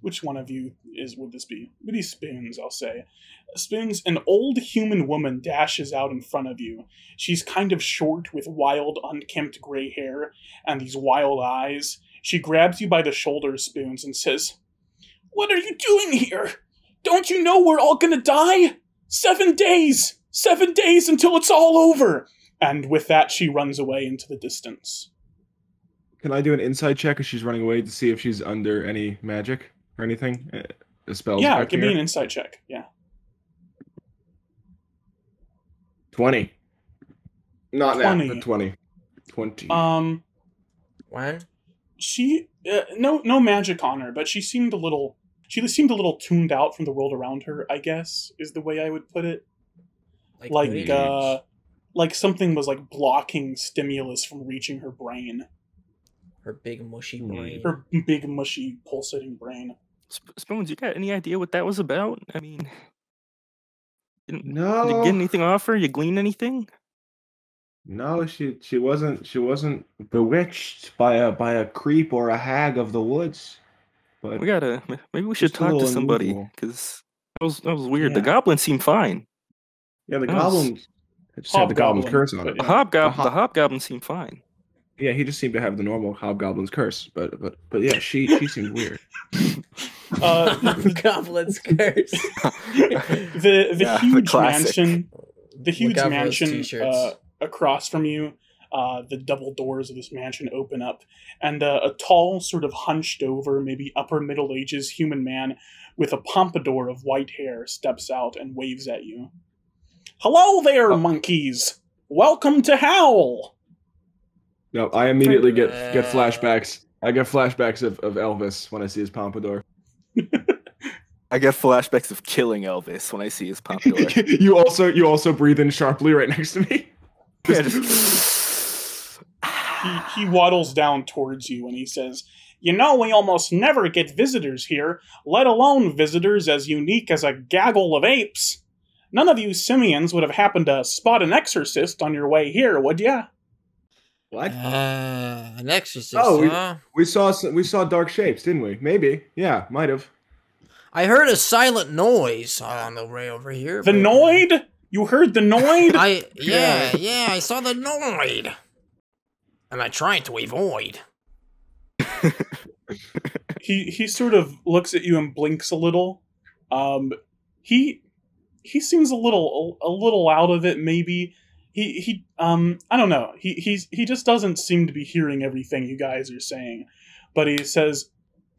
which one of you is would this be? Maybe Spoons, I'll say. Spoons, an old human woman dashes out in front of you. She's kind of short with wild, unkempt gray hair and these wild eyes. She grabs you by the shoulders, Spoons, and says, What are you doing here? Don't you know we're all gonna die? Seven days! Seven days until it's all over! And with that, she runs away into the distance.
Can I do an inside check if she's running away to see if she's under any magic or anything? Uh, A spell.
yeah,
effect
give
here?
me an insight check. Yeah.
20. Not now,
20.
but 20. 20.
Um,
When?
she uh, no no magic on her, but she seemed a little she seemed a little tuned out from the world around her. I guess is the way I would put it. Like
what?
uh, like something was like blocking stimulus from reaching her brain,
her big mushy
Hmm.
Mm,
brain. *laughs*
her big mushy pulsating brain.
Sp- Spoons, you got any idea what that was about? I mean, didn't,
no.
did you get anything off her? You glean anything?
No, she she wasn't she wasn't bewitched by a by a creep or a hag of the woods. But
We gotta. m- Maybe we should
Just a
talk to
little
somebody
unusual.
because that was that was weird. The
Yeah.
goblins seem fine.
yeah, the
that was-
goblins. I just had the
Hobgoblin,
goblin curse on
but
it.
The
Yeah,
hobgoblin.
hob-
The hobgoblins seem fine.
Yeah, he just seemed to have the normal hobgoblin's curse. But but but yeah, she she seemed weird.
Uh, *laughs*
Goblin's curse.
the the
Yeah, the
huge
classic.
mansion the huge
Look out for those
mansion
t-shirts.
uh, across from you Uh, the double doors of this mansion open up, and uh, a tall, sort of hunched over, maybe upper middle ages human man with a pompadour of white hair steps out and waves at you. Hello
Oh.
there, monkeys! Welcome to Howl!
No, I immediately get get flashbacks. I get flashbacks of, of Elvis when I see his pompadour.
I get flashbacks of killing Elvis when I see his pompadour.
*laughs*
*laughs*
you also you also breathe in sharply right next to me.
Yeah, just-
He, he waddles down towards you and he says, You know, we almost never get visitors here, let alone visitors as unique as a gaggle of apes. None of you simians would have happened to spot an exorcist on your way here, would ya?
What?
Uh, an exorcist.
Oh, we-
huh?
We saw some, we saw dark shapes, didn't we? Maybe. Yeah, might have.
I heard a silent noise on the way over here.
The
but-
Noid? You heard the Noid? *laughs*
I yeah yeah I saw the Noid, and I tried to avoid.
he he sort of looks at you and blinks a little. Um, he he seems a little a little out of it. Maybe he he um I don't know. He he's he just doesn't seem to be hearing everything you guys are saying. But he says,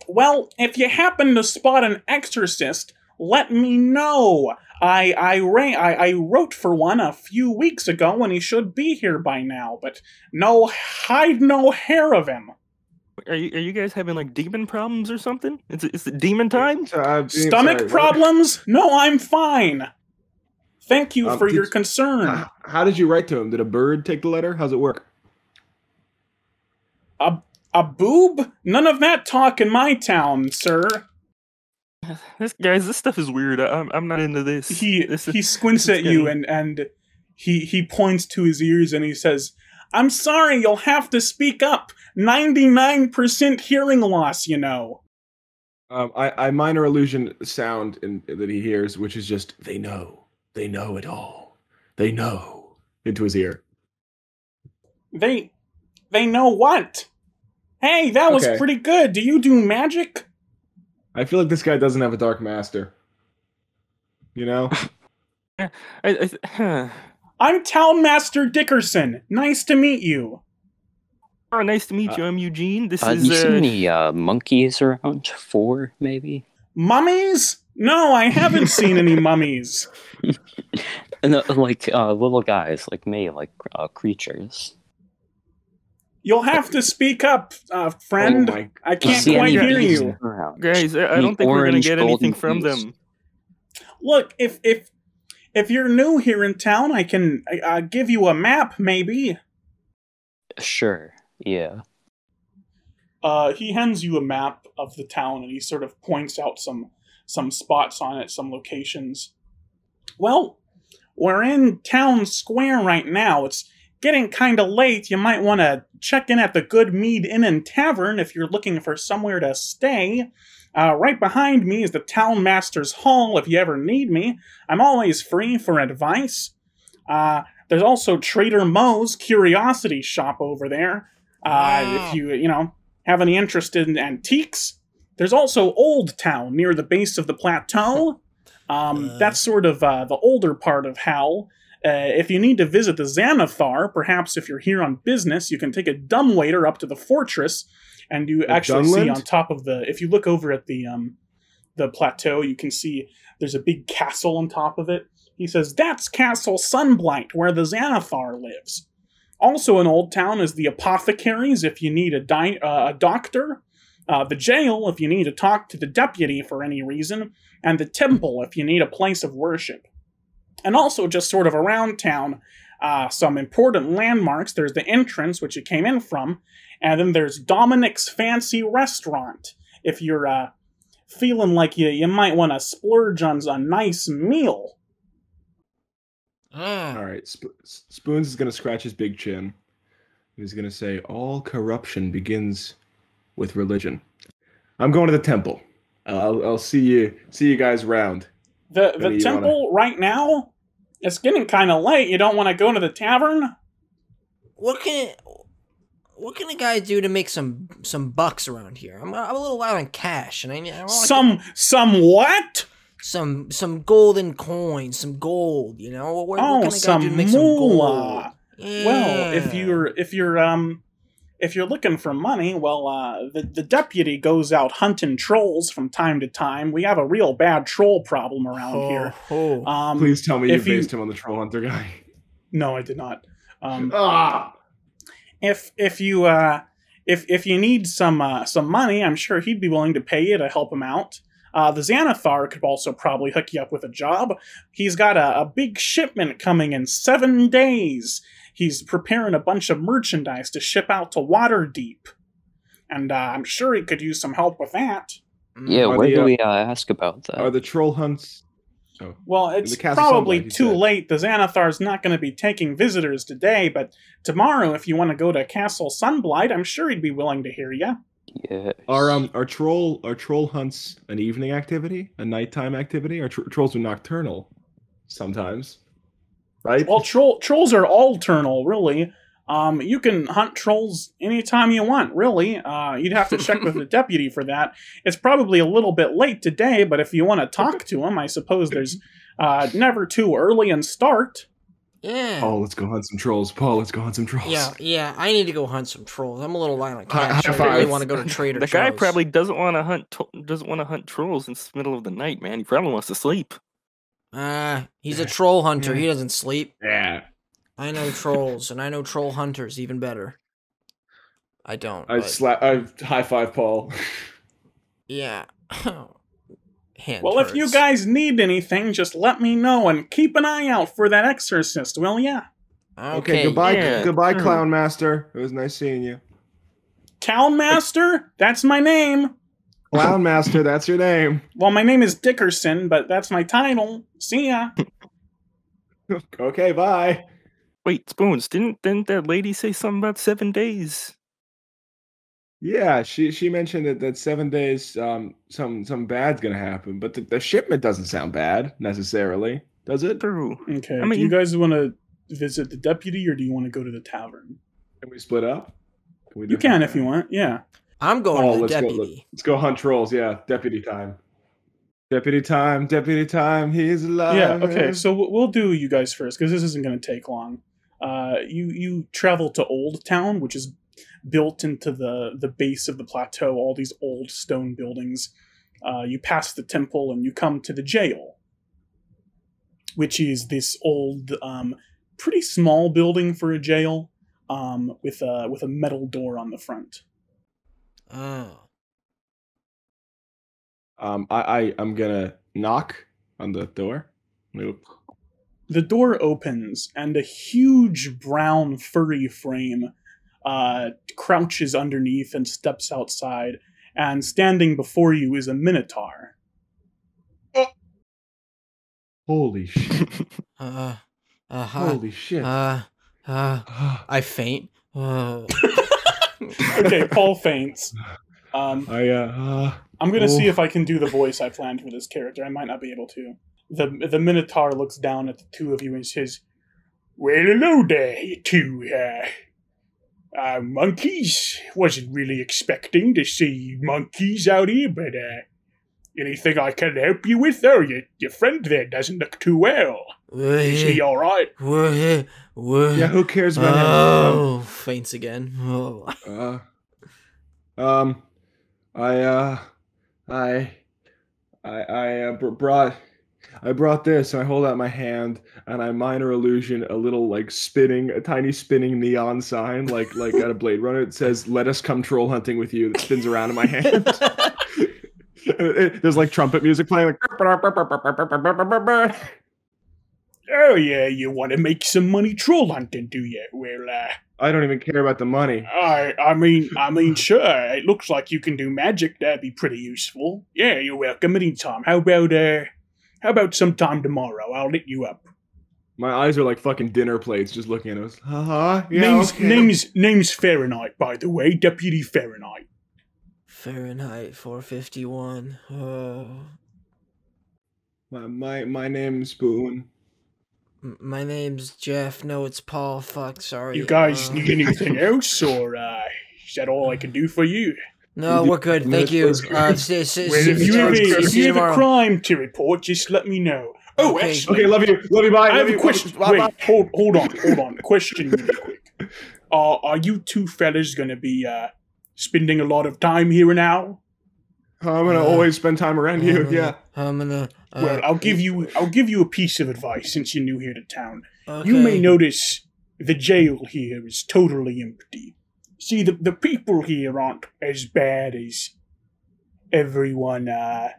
"Well, if you happen to spot an exorcist, let me know. I I ran I, I wrote for one a few weeks ago, and he should be here by now. But no hide no hair of him."
Are you are you guys having like demon problems or something? It's it's demon time.
So, uh, I'm
Stomach
sorry, what-
problems? No, I'm fine. Thank you
Um,
for your
did- Ah.
concern.
H- *sighs* How did you write to him? Did a bird take the letter? How's it work?
A boob? None of that talk in my town, sir.
This guys, this stuff is weird. I, I'm I'm not into this.
He
this,
he squints
this
at
is
you
getting-
and and he he points to his ears and he says, "I'm sorry, you'll have to speak up. 99% hearing loss, you know."
Um, I, I minor illusion sound in, that he hears, which is just they know, they know it all, they know into his ear.
They they know what? Hey, that was
Okay.
pretty good. Do you do magic?
I feel like this guy doesn't have a dark master. You know,
*laughs*
Oh
I, I, *sighs* th- huh.
I'm Town Master Dickerson. Nice to meet you.
Oh, nice to meet
Uh,
you. I'm Eugene. This
Uh,
is
you see
uh,
any uh, monkeys around? Four, maybe?
Mummies? No, I haven't seen any mummies.
And, uh, like uh, little guys, like me, like uh, creatures.
You'll have to speak up, uh, friend.
Oh my-
I
Do you
can't
see
quite
any
hear
bees
you.
around?
guys. I, I
Any
don't think we're gonna
orange
get anything
golden
from
bees?
them.
Look, if if if you're new here in town, I can uh, uh, give you a map, maybe.
Sure. Yeah.
Uh, he hands you a map of the town, and he sort of points out some some spots on it, some locations. Well, we're in town square right now. It's getting kind of late. You might want to check in at the Good Mead Inn and Tavern if you're looking for somewhere to stay. Uh, right behind me is the Town Master's Hall if you ever need me. I'm always free for advice. Uh, there's also Trader Moe's Curiosity Shop over there. Uh, If you, you know, have any interest in antiques. There's also Old Town near the base of the plateau. Um,
Uh.
that's sort of uh, the older part of Howell. Uh, if you need to visit the Xanathar, perhaps if you're here on business, you can take a dumbwaiter up to the fortress, and you
The
actually see
Dunland?
on top of the. If you look over at the um, the plateau, you can see there's a big castle on top of it. He says that's Castle Sunblight, where the Xanathar lives. Also in Old Town is the apothecaries if you need a, di- uh, a doctor, uh, the jail if you need to talk to the deputy for any reason, and the temple if you need a place of worship. And also, just sort of around town, uh, some important landmarks. There's the entrance, which you came in from, and then there's Dominic's Fancy Restaurant. If you're uh, feeling like you, you might want to splurge on a nice meal. Mm.
all right, Sp- S- Spoons is gonna scratch his big chin. He's gonna say, "All corruption begins with religion." I'm going to the temple. I'll, I'll see you. See you guys round.
The the
Maybe you
temple right now, it's getting kind of late. You don't want to go to the tavern.
What can what can a guy do to make some some bucks around here? I'm, I'm a little out on cash, and I, need- I want
Some some what?
some some golden coins, some gold. You know, what, what
Oh,
can a guy do
some
to make some gold?
moolah. Well, if
Yeah.
you're if you're um if you're looking for money, well, uh, the the deputy goes out hunting trolls from time to time. We have a real bad troll problem around
Oh.
Ho,
here.
ho.
Um,
Please tell me you
if you-
based him on the troll hunter
*laughs*
guy.
No, I did not. Um,
ah,
if if you uh, if if you need some uh, some money, I'm sure he'd be willing to pay you to help him out. Uh, the Xanathar could also probably hook you up with a job. He's got a, a big shipment coming in seven days. He's preparing a bunch of merchandise to ship out to Waterdeep, and uh, I'm sure he could use some help with that.
Mm,
Hmm,
Yeah,
Are
where
the,
do
uh,
we uh, ask about that?
are the troll hunts? Oh,
Well, it's
The Castle
probably
Sunlight, he
too
said.
late. The Xanathar's not going to be taking visitors today, but tomorrow, if you want to go to Castle Sunblight, I'm sure he'd be willing to hear you.
Yes.
are um are troll are troll hunts an evening activity, a nighttime activity? Or tr- trolls are nocturnal sometimes, right?
Well, troll, trolls are alternal, really. Um, you can hunt trolls anytime you want, really. Uh, you'd have to check with the deputy for that. It's probably a little bit late today, but if you want to talk to him, I suppose there's uh, never too early in start.
Yeah.
Paul, let's go hunt some trolls. Paul, let's go hunt some trolls.
Yeah, yeah. I need to go hunt some trolls. I'm a little light on
High-
cash.
high
I really
five.
want
*laughs*
to go to Trader
The guy
Joe's.
probably doesn't want to hunt to- doesn't want to hunt trolls in the middle of the night, man. He probably wants to sleep.
Uh,
*laughs*
he's a troll hunter. He doesn't sleep.
Yeah.
I know trolls, and I know troll hunters even better. I don't.
I
but-
slap. I high five Paul.
yeah. *laughs* Hand
Well, if you
hurts.
guys need anything, just let me know and keep an eye out for that exorcist, will ya?
Okay,
okay,
goodbye,
yeah,
goodbye,
sure.
clown master. It was nice seeing you.
Town Master? That's my name.
Clown master, that's your name.
Well, my name is Dickerson, but that's my title. See ya.
Okay, bye.
Wait, spoons. Didn't didn't that lady say something about seven days?
Yeah, she she mentioned that, that seven days, um, some some bad's gonna happen, but the, the shipment doesn't sound bad necessarily, does it? Can
True.
Okay.
I mean-
do you guys want to visit the deputy, or do you want to go to the tavern?
we split up? we
You
do
can
that?
if you want. Yeah.
I'm going
Oh,
to the
let's go,
deputy.
Let's go hunt trolls. Yeah, deputy time. Deputy time. Deputy time. He's alive.
Yeah. Okay. So we'll we'll do you guys first because this isn't going to take long. Uh, you you travel to Old Town, which is built into the the base of the plateau. All these old stone buildings. Uh, you pass the temple and you come to the jail, which is this old, um, pretty small building for a jail, um, with a with a metal door on the front.
Oh.
um, I I I'm gonna knock on the door. Nope.
the door opens and a huge brown furry frame uh, crouches underneath and steps outside and standing before you is a minotaur
Holy shit.
Uh, uh,
Oh,
huh,
Holy shit. *sighs*
uh, uh, I
*laughs*
faint. Uh,
okay paul faints um,
I uh,
i'm going to see
Oof.
if i can do the voice i planned for this character i might not be able to the, the minotaur looks down at the two of you and says well hello there you two uh, uh, monkeys wasn't really expecting to see monkeys out here but uh, Anything I can help you with? though? your, your friend there doesn't look too well. Is
Uh,
he all right?
Whoa, whoa.
yeah, who cares about him?
uh, Oh, faints again. Oh.
Um, uh, um, I uh, I, I, I uh, br- brought, I brought this. And I hold out my hand and I minor illusion a little like spinning, a tiny spinning neon sign like like at a Blade Runner. It says, "Let us come troll hunting with you." That spins around in my hand. *laughs* It- it- there's like *laughs* trumpet music playing. Like,
Oh, yeah, you want to make some money troll hunting, do you? Well, uh,
I don't even care about the money.
I, I mean, I mean, sure, it looks like you can do magic. That'd be pretty useful. Yeah, you're welcome anytime. How about, uh, how about sometime tomorrow? I'll lit you up.
My eyes are like fucking dinner plates, just looking at us. Uh huh. Yeah.
name's,
okay.
name's, name's Fahrenheit, by the way, Deputy Fahrenheit.
Fahrenheit 451. Oh.
My my my name's Spoon.
M- My name's Jeff. No, it's Paul. Fuck, sorry.
You guys
Uh,
need anything else, or, uh, is that all I can do for you?
No, we're good. Thank you. Uh, see, see,
Well,
see,
if you
see-
have, a,
see
if
you
you have a
tomorrow.
crime to report, just let me know. Oh,
Okay.
actually,
Okay, love you. Love you. Bye.
I
love
have a
you,
question.
Bye,
Wait,
bye.
hold hold on, hold *laughs* on. Question really quick. Uh, are you two fellas gonna be uh, spending a lot of time here now?
Oh, I'm gonna always spend time around you.
Uh,
Yeah.
I'm gonna. Uh,
well, I'll give you I'll give you a piece of advice since you're new here to town.
okay.
You may notice the jail here is totally empty. See, the the people here aren't as bad as everyone uh,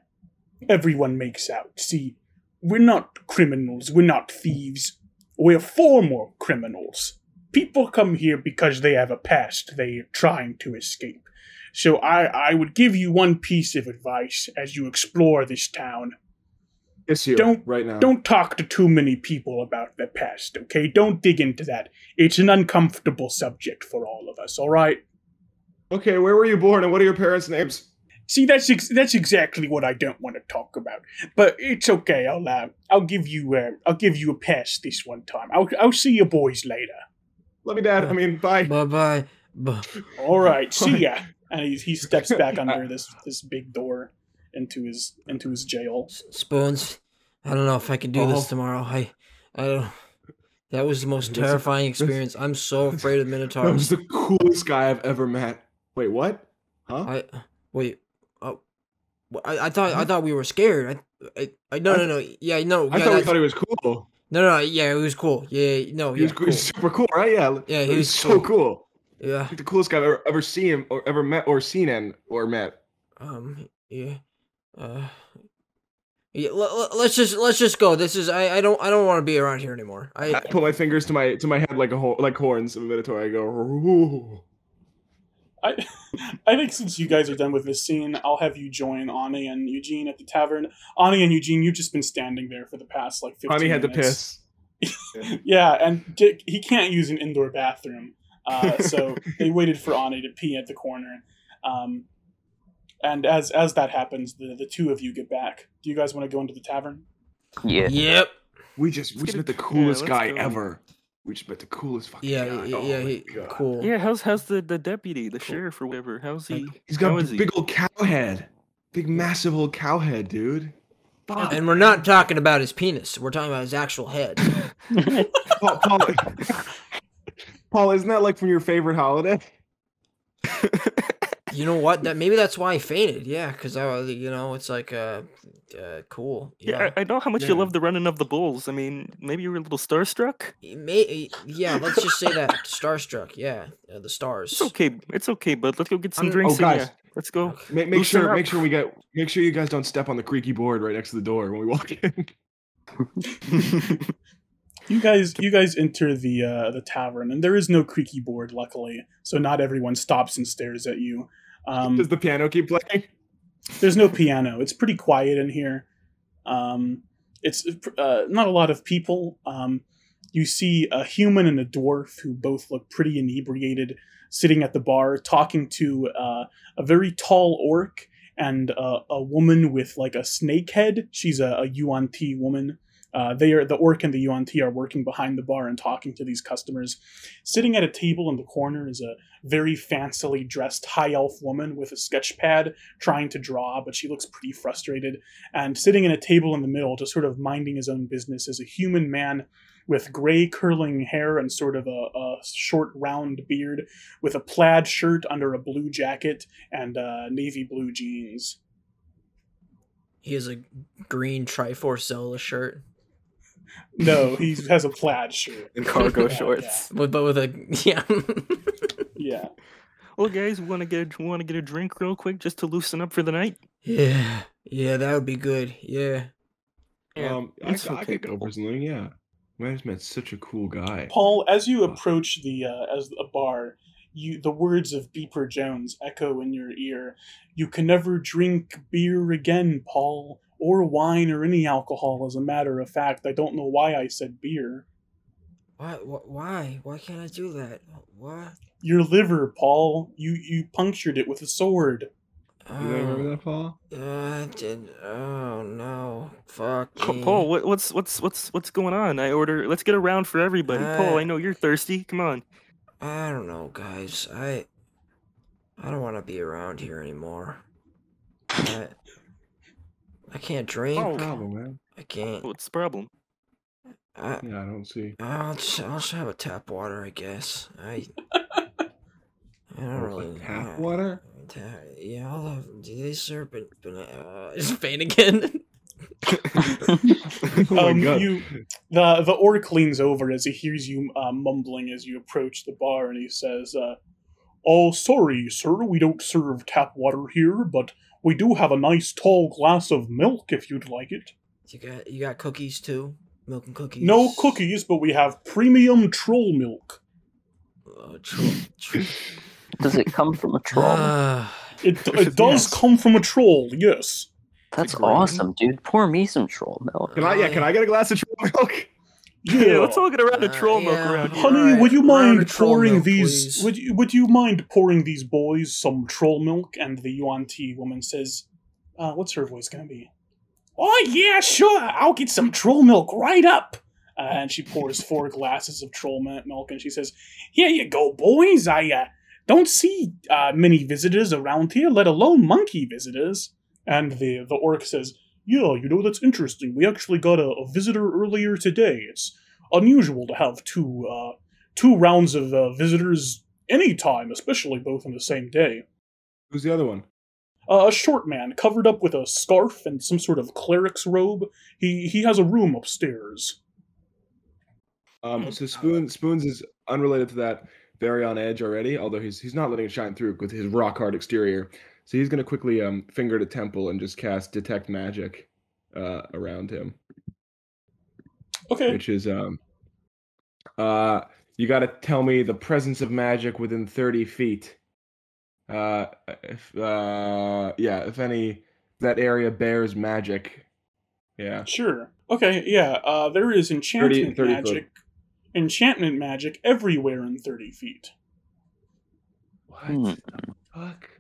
everyone makes out. See, we're not criminals. We're not thieves. We're former criminals. People come here because they have a past they're trying to escape. So I, I would give you one piece of advice as you explore this town.
It's you.
Don't-
right now.
Don't talk to too many people about the past, okay? Don't dig into that. It's an uncomfortable subject for all of us, all right?
Okay, where were you born and what are your parents' names?
See, that's ex- that's exactly what I don't want to talk about. But it's okay. I'll uh, I'll give you uh, I'll give you a pass this one time. I'll I'll see you boys later.
Love you, Dad. I mean, bye.
Bye bye. Bu-
All right, see ya. And he, he steps back under this this big door into his into his jail.
S- Spoons. I don't know if I can do this
Oh.
tomorrow. I, I don't. That was the most
This-
terrifying
this-
experience. I'm so afraid of
That was *laughs*
minotaurs.
the coolest guy I've ever met. Wait, what? Huh?
I wait. Oh, wh- I, I thought I thought we were scared. I, I, I no
I-
no no. Yeah no.
I thought we
yeah, that's-
thought he was cool.
no no. Yeah, it was cool. Yeah no.
He
Yeah,
was cool.
cool.
super cool, right? Yeah.
Yeah, he
he
was
was so
cool.
cool.
yeah.
Like the coolest guy I've ever, ever seen him or ever met or seen him or met.
Um. Yeah. Uh. Yeah. L- let's just let's just go. This is I. I don't I don't want to be around here anymore.
I
I.
put my fingers to my to my head like a ho- like horns of a minotaur. I go. "Ooh."
I, *laughs* I think since you guys are done with this scene, I'll have you join Ani and Eugene at the tavern. Ani and Eugene, you've just been standing there for the past like 15
Honey had to
minutes.
piss.
Yeah, and Dick, he can't use an indoor bathroom.
*laughs*
Uh, so they waited for Ani to pee at the corner. Um, and as as that happens, the, the two of you get back. Do you guys want to go into the tavern?
Yeah.
Yep.
We just we
Let's
just
get
met the
it- yeah,
coolest
let's
guy
go.
ever. We just met the coolest fucking
Yeah.
guy.
Yeah.
Oh
yeah
my
he,
God.
cool.
Yeah, how's how's the, the deputy, the sheriff or whatever? How's he?
He's got
how
a
is he?
big old cow head. Big massive old cow head, dude. Fuck.
And we're not talking about his penis. We're talking about his actual head.
*laughs* Paul, Paul, Paul, isn't that like from your favorite holiday?
You know what? That maybe that's why I fainted. Yeah, because I was, you know, it's like uh, uh cool. You
Yeah, I, I know how much you
Yeah.
love the running of the bulls. I mean, maybe you were a little starstruck.
know? May, yeah. Let's just say that starstruck. Yeah, uh, the stars.
It's okay. It's okay, bud. Let's go get some
I'm-
drinks.
Oh,
and,
guys.
yeah, let's go.
Make, make
Loosen
sure,
up.
make sure we get, make sure you guys don't step on the creaky board right next to the door when we walk in.
You guys you guys enter the uh, the tavern, and there is no creaky board, luckily, so not everyone stops and stares at you. Um,
Does the piano keep playing?
there's no piano. It's pretty quiet in here. Um, it's uh, not a lot of people. Um, you see a human and a dwarf who both look pretty inebriated, sitting at the bar talking to uh, a very tall orc and uh, a woman with like a snake head. She's a, a Yuan Ti woman. Uh, they are the orc and the Yuan Ti are working behind the bar and talking to these customers. Sitting at a table in the corner is a very fancily dressed high elf woman with a sketch pad trying to draw, but she looks pretty frustrated. And sitting at a table in the middle, just sort of minding his own business, is a human man with gray curling hair and sort of a, a short round beard, with a plaid shirt under a blue jacket and uh, navy blue jeans.
He has a green Triforce Zola shirt,
No, he has a plaid shirt.
*laughs* in cargo
*laughs* Yeah,
shorts.
with, but with a *laughs* yeah.
Yeah.
Well, Oh, guys, want to get want to get a drink real quick just to loosen up for the night?
yeah. Yeah. That would be good. Yeah.
Yeah.
um, I,
it's
I
okay,
could go
Paul.
for something. Yeah, man, I just met such a cool guy.
Paul, as you approach the uh, as a bar, you the words of Beeper Jones echo in your ear. You can never drink beer again, Paul, or wine or any alcohol. As a matter of fact, I don't know why I said beer.
Why? wh- Why? Why can't I do that? What?
Your liver, Paul. You you punctured it with a sword.
You don't remember that, Paul?
Uh, did, oh no! Fuck.
Pa-
me.
Paul, what, what's what's what's what's going on? I order. Let's get a round for everybody. Paul, I
Uh,
know you're thirsty. Come on.
I don't know, guys. I I don't want to be around here anymore. I, I can't drink.
Oh, problem, man.
I can't.
What's the problem?
I,
Yeah, I don't see.
I'll just, I'll just have a tap water, I guess. I I don't really
Tap
I-
water?
ta- yeah, I'll have. Do they serve ban- banana? Uh, is Bane again? *laughs*
*laughs* oh my
um,
god.
you- The the orc leans over as he hears you uh, mumbling as you approach the bar, and he says, uh, "Oh, sorry, sir, we don't serve tap water here, but we do have a nice tall glass of milk if you'd like it.
you got you got cookies too, milk and cookies.
No cookies, but we have premium troll milk.
Uh, tro- tro-
Does it come
*laughs*
from a
Uh,
troll?
Ah,
It, it does
Yes.
come from a troll, yes."
That's
Agree.
awesome, dude. Pour me some troll milk.
Can I? Yeah, can I get a glass of troll milk?
Yeah, let's all get around the
uh,
troll milk
yeah,
around here.
Honey,
alright,
would you
round
mind
of troll
pouring
milk,
these?
please.
Would you, would you mind pouring these boys some troll milk? And the Yuan Ti woman says, uh, "What's her voice gonna be?" Oh yeah, sure. I'll get some troll milk right up. Uh, and she pours four glasses of troll mi- milk, and she says, "Here you go, boys. I uh, don't see uh, many visitors around here, let alone monkey visitors." And the the orc says, "Yeah, you know that's interesting. We actually got a, a visitor earlier today. It's unusual to have two uh, two rounds of uh, visitors any time, especially both on the same day.
Who's the other one?
Uh, a short man, covered up with a scarf and some sort of cleric's robe. He he has a room upstairs. Oh,
Um,
uh,
so Spoon Spoons is unrelated to that, very on edge already. Although he's he's not letting it shine through with his rock hard exterior. So he's gonna quickly um finger to temple and just cast detect magic, uh, around
*laughs*
him,
Okay.
which is um, uh, you gotta tell me the presence of magic within thirty feet. Uh, if uh, yeah, if any that area bears magic, yeah.
Sure. Okay, yeah. Uh, there is
30
enchantment
foot.
magic. Enchantment magic everywhere in 30 feet.
What
Hmm.
the fuck?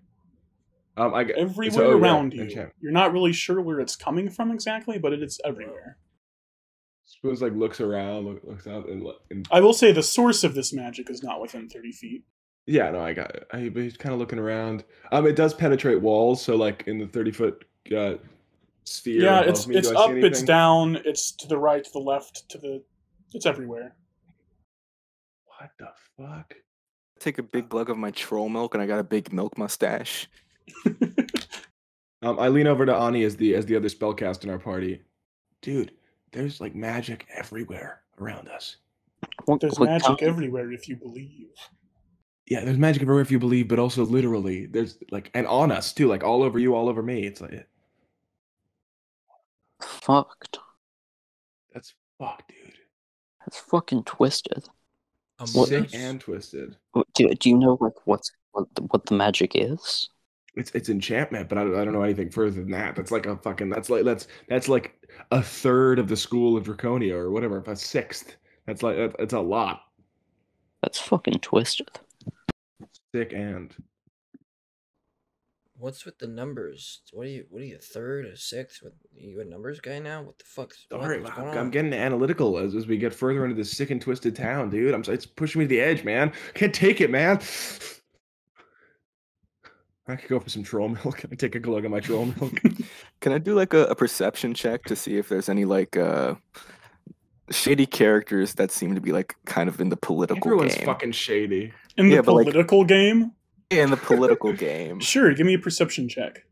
Um, I g-
Everywhere
so- oh, yeah,
around you.
enchant-
You're not really sure where it's coming from exactly, but it is everywhere.
Spoons like looks around, look, looks out, and, look- and
I will say the source of this magic is not within 30 feet.
yeah, no, I got. It. I, but he's kind of looking around. Um, it does penetrate walls, so like in the thirty foot uh, sphere.
yeah,
above
it's
me, do
it's
I see
up, it's
anything?
down, it's to the right, to the left, to the it's
*laughs*
everywhere.
What the fuck?
Take a
Uh-huh.
big glug of my troll milk, and I got a big milk mustache.
Um, I lean over to Ani as the as the other spellcast in our party. Dude, there's like magic everywhere around us.
What-
There's
what
magic
kind-
everywhere if you believe.
Yeah, there's magic everywhere if you believe, but also literally, there's like and on us too, like all over you, all over me. It's like
Fucked.
that's fuck, dude.
That's fucking twisted.
I'm
What-
Sick
nervous.
and twisted.
What- Do, do you know like what's what the, what the magic is?
It's it's enchantment, but I don't, I don't know anything further than that. That's like a fucking that's like that's that's like a third of the school of Draconia or whatever, a sixth. That's like that- it's a lot.
That's fucking twisted.
Sick and
What's with the numbers? What are you? What are you? Third or sixth? What, you a numbers guy now? What the fuck?
sorry, I'm, I'm getting analytical as, as we get further into this sick and twisted town, dude. I'm s- it's pushing me to the edge, man. Can't take it, man. I could go for some troll *laughs* milk. Can I take a glug of my troll milk?
Can I do like a, a perception check to see if there's any like uh shady characters that seem to be like kind of in *laughs* the political
Everyone's
game?
fucking shady. *laughs*
In the
Yeah, but, like-
political game?
in the political game.
Sure, give me a perception check.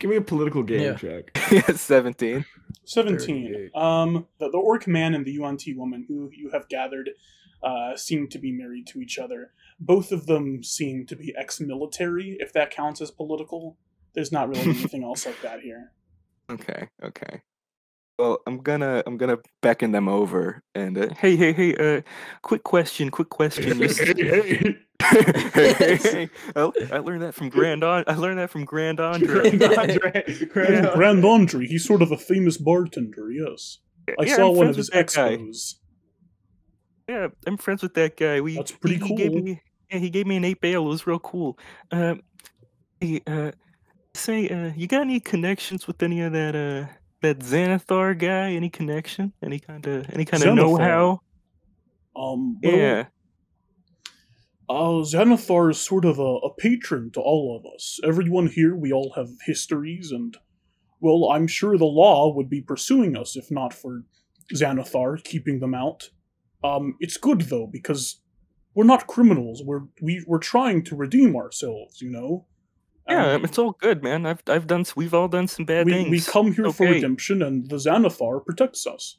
Give me a political game
Yeah.
check.
*laughs* yeah, seventeen.
17.
38.
Um, the, the orc man and the UNT woman who you have gathered uh, seem to be married to each other. Both of them seem to be ex military, if that counts as political. There's not
*laughs*
really anything else like that here.
Okay, okay. Well, I'm gonna I'm gonna beckon them over
*laughs*
and uh, *laughs*
Hey, hey, hey, uh, quick question, quick question. You s-
*laughs*
*laughs* hey,
I, I learned that from Grand On. I learned that from Grand Andre.
Grand Andre, Grand Andre.
Grand Andre, he's sort of a famous bartender, yes. *laughs* I
Yeah,
saw
I'm
one of
friends
his
with that guy.
expos.
Yeah, I'm friends with that guy. We
That's pretty
he- he gave
cool.
me- yeah, he gave me an eight bale. It was real cool. Uh, hey, uh, say, uh, you got any connections with any of that uh that Xanathar guy? Any connection? Any kind of any kind of
Xanathar?
know how?
Um, well,
Yeah.
Uh, Xanathar is sort of a, a patron to all of us. Everyone here, we all have histories and well, I'm sure the law would be pursuing us if not for Xanathar keeping them out. Um, it's good though because we're not criminals. We're we, we're trying to redeem ourselves. You know.
Yeah,
Um,
it's all good, man. I've I've done. s- We've all done some bad
we,
things.
we come here for
Okay.
redemption, and the Xanathar protects us.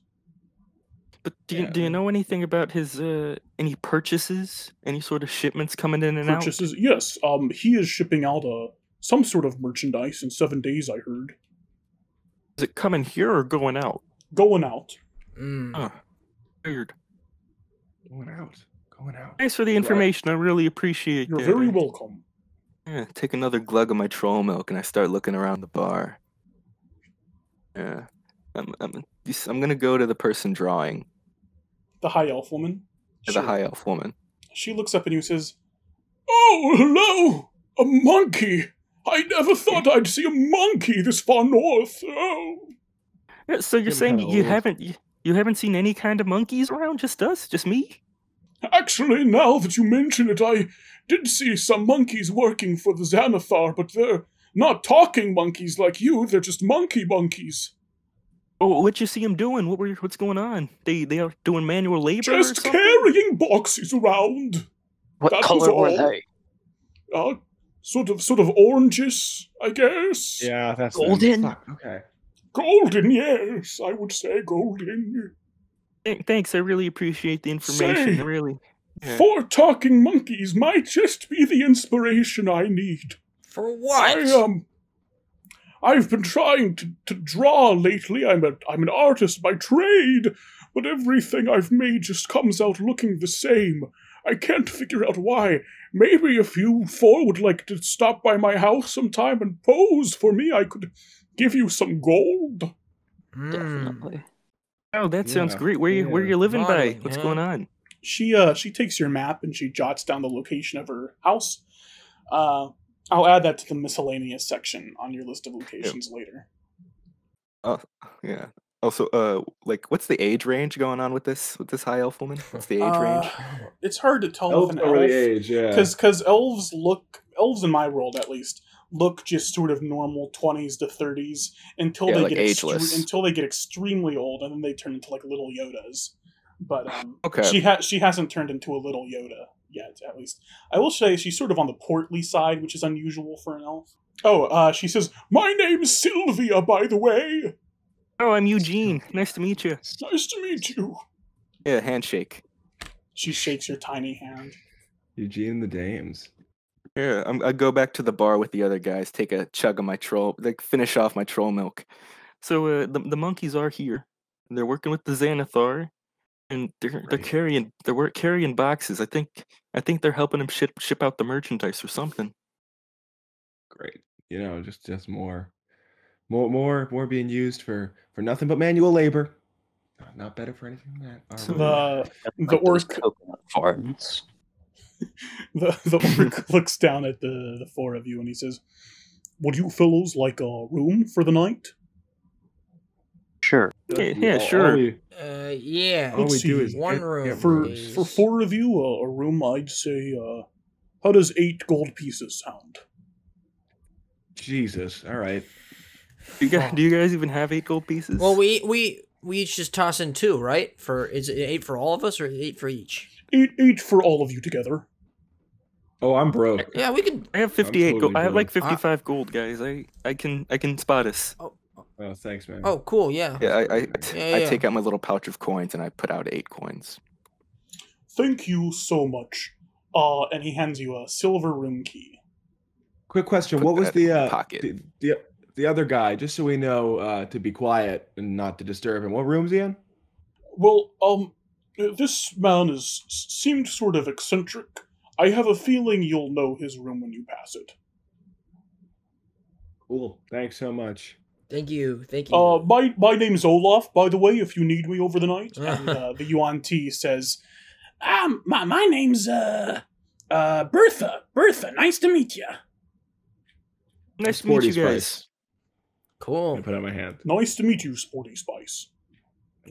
But do you, do you know anything about his uh any purchases? Any sort of shipments coming in and out?
Purchases, yes. Um, he is shipping out uh, some sort of merchandise in seven days. I heard
Is it coming here or going out?
going out.
Mm.
Huh. Weird.
Going out. Going out.
Thanks for the information. I really appreciate
You're
that.
very
I-
welcome.
yeah, take another glug.
glug of my troll milk and I start looking around the bar. Yeah. I'm, I'm, you s- I'm gonna go to the person drawing,
The high elf woman.
to
Sure.
the high elf woman.
She looks up at you and says, "Oh, hello, a monkey. I never thought I'd see a monkey this far north. Oh,
Yeah, so you're
Jim
saying you
Howells.
haven't you, you haven't seen any kind of monkeys around? Just us? Just me?
Actually, now that you mention it, I did see some monkeys working for the Xanathar, but they're not talking monkeys like you, they're just monkey monkeys.
Oh, what'd you see them doing? What were you- what's going on? They they are doing manual labor. or
Just
something?
carrying boxes around.
What
That was
color were
all.
they?
Uh, sort of sort of oranges, I guess.
Yeah, that's
Golden?
Fuck, okay.
Golden, yes, I would say golden.
Th- Thanks, I really appreciate the information.
Say-
I Really. Yeah.
Four talking monkeys might just be the inspiration I need.
For
I um, I've been trying to, to draw lately. I'm a I'm an artist by trade, but everything I've made just comes out looking the same. I can't figure out why. Maybe if you four would like to stop by my house sometime and pose for me, I could give you some gold.
Mm.
Hmm. Definitely.
Oh, that sounds
Yeah,
great. Where you where
yeah.
you living by?
Modeling,
What's
yeah.
going on?
she uh she takes your map and she jots down the location of her house. Uh, I'll add that to the miscellaneous section on your list of locations later.
Yeah. Also, uh, like, what's the age range going on with this with this high elf woman? What's the age range?
Uh, it's hard to tell
Elves
with an
over the
elf
age, yeah.
because because elves look elves in my world at least look just sort of normal twenties to thirties until
Yeah,
they
like
get extre-
ageless.
until they get extremely old and then they turn into like little Yodas. But um,
Okay.
she ha- she hasn't turned into a little Yoda yet, at least. I will say she's sort of on the portly side, which is unusual for an elf. Oh, uh, she says, "My name's Sylvia, by the way.
Oh, I'm Eugene. Nice to meet you.
Nice to meet you."
Yeah, handshake.
She shakes her tiny hand.
Eugene the Dames.
Yeah, I'm, I go back to the bar with the other guys, take a chug of my troll, like finish off my troll milk.
So uh, the the monkeys are here. And they're working with the Xanathar, and they're they're
Right.
carrying they're wor- carrying boxes. I think I think they're helping him ship ship out the merchandise or something.
Great. You know, just just more, more, more, more being used for for nothing but manual labor. Not- Not better for anything than that. are
So
we?
The the
Like those
orc
coconut farms.
the, the orc looks down at the the four of you and he says, "Would you fellows like a room for the night?"
Sure.
Yeah,
We
yeah,
all- all
sure.
we-
*laughs* Uh, yeah.
All we do
see,
is
one
get-
room
get
For
rooms.
for four of you, a, a room, I'd say. Uh, how does eight gold pieces sound?
Jesus. All right.
Do you guys do you guys even have eight gold pieces?
Well, we we we each just toss in two, right? For is it eight for all of us or eight for each?
Eight eight for all of you together.
Oh, I'm broke.
Yeah, we could.
I have fifty eight
totally
gold. I have like
good.
fifty five gold, guys. I I can I can spot us.
Oh, thanks, man.
Oh, cool. Yeah.
Yeah, I I, I
Yeah,
I
yeah.
take out my little pouch of coins and I put out eight coins.
Thank you so much. Uh, and he hands you a silver room key.
Quick question.
Put
What was
that in
the
my
uh,
pocket.
The, the the other guy? Just so we know uh, to be quiet and not to disturb him. What room's he in?
Well, um, this man is seemed sort of eccentric. I have a feeling you'll know his room when you pass it.
Cool. Thanks so much.
Thank you. Thank you.
Um,
Uh, my my name's Olaf, by the way. If you need me over
*laughs*
the night, and, uh, the Yuan T says, "Um, my my name's uh, uh, Bertha. Bertha, nice to meet you.
That's
Nice to meet
40
you guys.
spice. I
cool.
put out my hand.
Nice to meet you, Sporty Spice.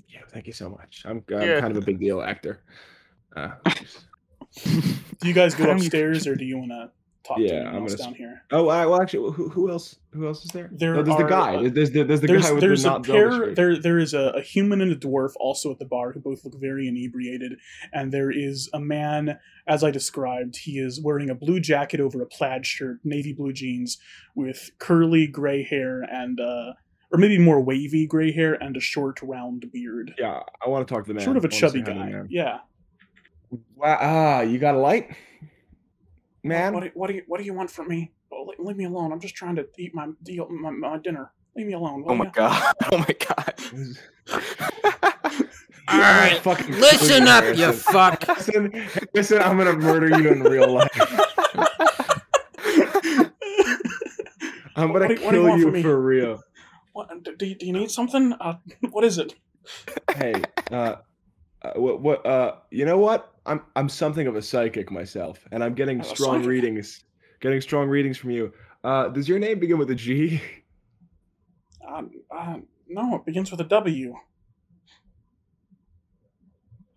Yeah, thank you so much. I'm, I'm
Yeah.
kind of a big deal actor. Uh, just-
Do you guys go
Um,
upstairs, or do you wanna talk
Yeah,
to anyone
I'm
else
gonna
down here.
Oh, I, well, actually, who, who else? Who else is there?
There
no, there's
are,
the guy.
uh,
there's, there's, there's the
there's
guy with
there's
the
a
not Zelda
pair
streak.
there there is a, a human and a dwarf also at the bar who both look very inebriated and there is a man as i described he is wearing a blue jacket over a plaid shirt navy blue jeans with curly gray hair and uh or maybe more wavy gray hair and a short round beard
Yeah, I want to talk to the man.
sort of a
I wanna say
chubby
hi to the
guy
man.
yeah
Wow, ah, you got a light, man? *laughs*
what, do- what do you what do you want from me oh, le- leave me alone i'm just trying to eat my deal my, my dinner leave me alone will
Oh my
ya?
god. *laughs* Oh my god.
All right,
Fucking
listen
Cleveland
up,
Harrison.
you
*laughs*
fuck.
*laughs*
Listen, listen, I'm gonna murder you in real life. I'm
What
gonna
do you- what do you
kill
want
you
from me?
for real.
*laughs* what, do, do you- do you need something uh, what is it
Hey, uh, uh, what, what, uh, you know what? I'm, I'm something of a psychic myself, and I'm getting
Oh, a
strong
psychic.
readings, getting strong readings from you. Uh, does your name begin with a G? *laughs*
Um, uh, no, it begins with a W.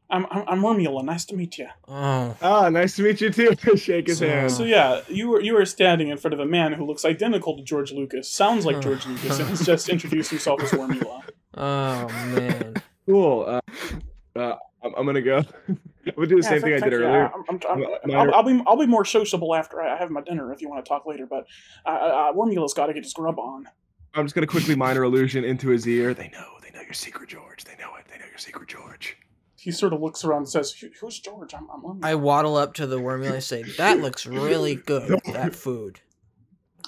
I'm I'm, I'm Romulan. Nice to meet you.
Oh.
Ah, nice to meet you too. *laughs* Shake his
So-
hand.
So yeah, you were you were standing in front of a man who looks identical to George Lucas, sounds like George Lucas, and has just introduced himself as Romula.
Oh man.
Cool. Uh, uh, I'm, I'm gonna go. *laughs* I'm gonna do *laughs* the same thing I did earlier.
I'm, I'm, I'm,
Mi-
I'll,
minor-
I'll be I'll be more sociable after I I have my dinner if you want to talk later. But uh, uh, Romula's got to get his grub on.
I'm just gonna quickly minor illusion into his ear. They know. They know your secret, George. They know it. They know your secret, George.
He sort of looks around and says, "Who- "Who's George? I'm I'm Romulan."
I waddle up to the worm and I say, "That looks really good. That
*laughs*
food."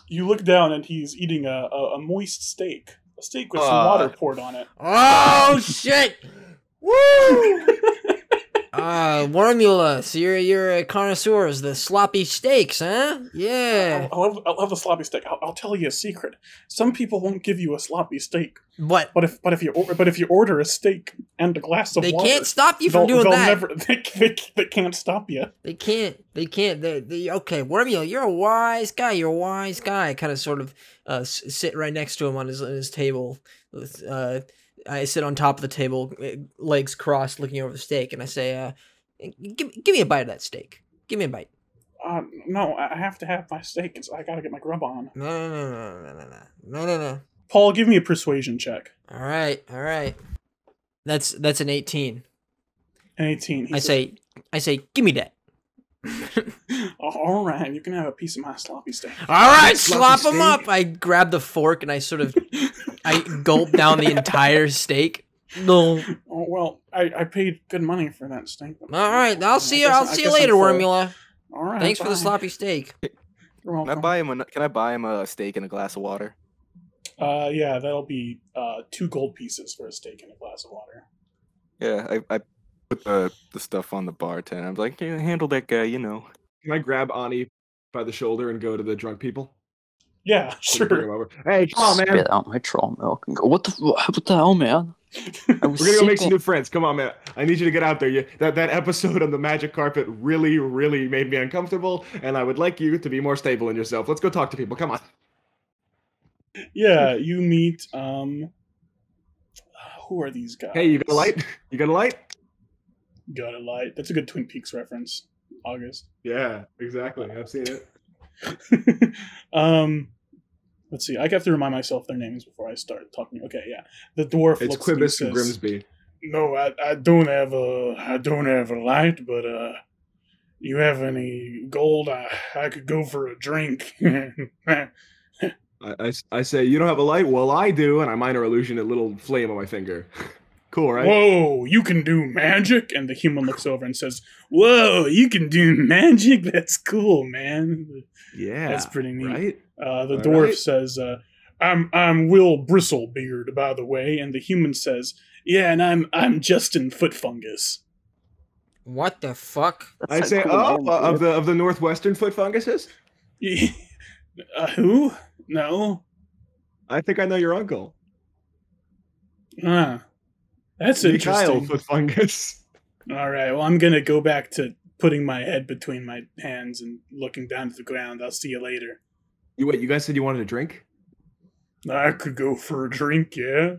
You look down and he's eating a, a, a moist steak, a steak with some
Uh.
water poured on it.
Oh shit! Woo! Uh, Wormula, so you're you're a connoisseur of the sloppy steaks, huh? Yeah.
I love, I love a sloppy steak. I'll, I'll tell you a secret. Some people won't give you a sloppy steak,
What?
but if but if you or, but if you order a steak and a glass of
They
water,
can't stop you from
they'll-
doing
they'll
that.
Never, *laughs* they, they, they can't stop you.
They can't. They can't. They, they okay. Wormula, you're a wise guy. You're a wise guy. I kind of sort of uh, s- sit right next to him on his on his table. With, uh, I sit on top of the table, eh, legs crossed, looking over the steak, and I say, uh, "Give give me a bite of that steak. Give me a bite."
Uh, no, I I have to have my steak. It's, I gotta get my grub on.
No, no, no, no, no, no, no, no, no, no.
Paul, give me a persuasion check.
All right, all right. That's that's an eighteen.
An eighteen. He
I
says,
say, I say, give me *laughs* that.
*laughs* "Oh, All right, you can have a piece of my sloppy steak.
All right, slop
sloppy
them up. I grab the fork and I sort of, I gulp
*laughs*
down the entire steak. No.
Oh well, I, I paid good money for that steak.
All right, I'll see you.
I guess-
I'll
I
see you
guess I'm
later,
full.
Wormula.
All right.
Thanks for the
bye.
sloppy steak.
You're *laughs*
Can I
welcome.
buy him a Can I buy him a steak and a glass of water?
Uh, yeah, that'll be uh two gold pieces for a steak and a glass of water.
Yeah, I, I put the, the stuff on the bartender. I'm like,
Can't handle that guy, you know.
Can I grab Ani by the shoulder and go to the drunk people?
Yeah,
Can you bring him
sure.
over? Hey, come on, Oh, man.
Spit out my troll milk and go. What the? What the hell, man? I
*laughs*
was
We're gonna go make some
sick
new friends. Come on, man. I need you to get out there. You, that that episode on the magic carpet really, really made me uncomfortable, and I would like you to be more stable in yourself. Let's go talk to people. Come on.
Yeah, you meet um uh, who are these guys?
Hey, you got a light? You got a light?
Got a light. That's a good Twin Peaks reference. August. *laughs*
Yeah, exactly. I've seen it.
um let's see. I have to remind myself their names before I start talking. Okay, yeah. The dwarf
It's
looks at you
Quibus and
says,
Grimsby.
No, I, I don't have a I don't have a light, but uh you have any gold I I could go for a drink. *laughs*
I, I s- I say, you don't have a light? Well, I do, and I minor illusion a little flame on my finger. *laughs* cool, right?
Whoa, you can do magic? And the human looks over and says, Whoa, you can do *laughs* magic? That's cool, man.
yeah.
That's pretty neat.
Right?
Uh, the
All
dwarf
right.
says, uh, I'm I'm Will Bristlebeard, by the way, and the human says, Yeah, and I'm I'm Justin Foot Fungus. *laughs*
What the fuck?
of-
I
That's a
say,
cool
oh,
name,
uh, of
dude.
the of the northwestern foot funguses?
uh, who? No.
I think I know your uncle.
Huh. That's
Mikhail
interesting.
foot fungus.
All right, well, I'm gonna go back to putting my head between my hands and looking down to the ground. I'll see you later.
You wait, you guys said you wanted a drink?
I could go for a drink, yeah.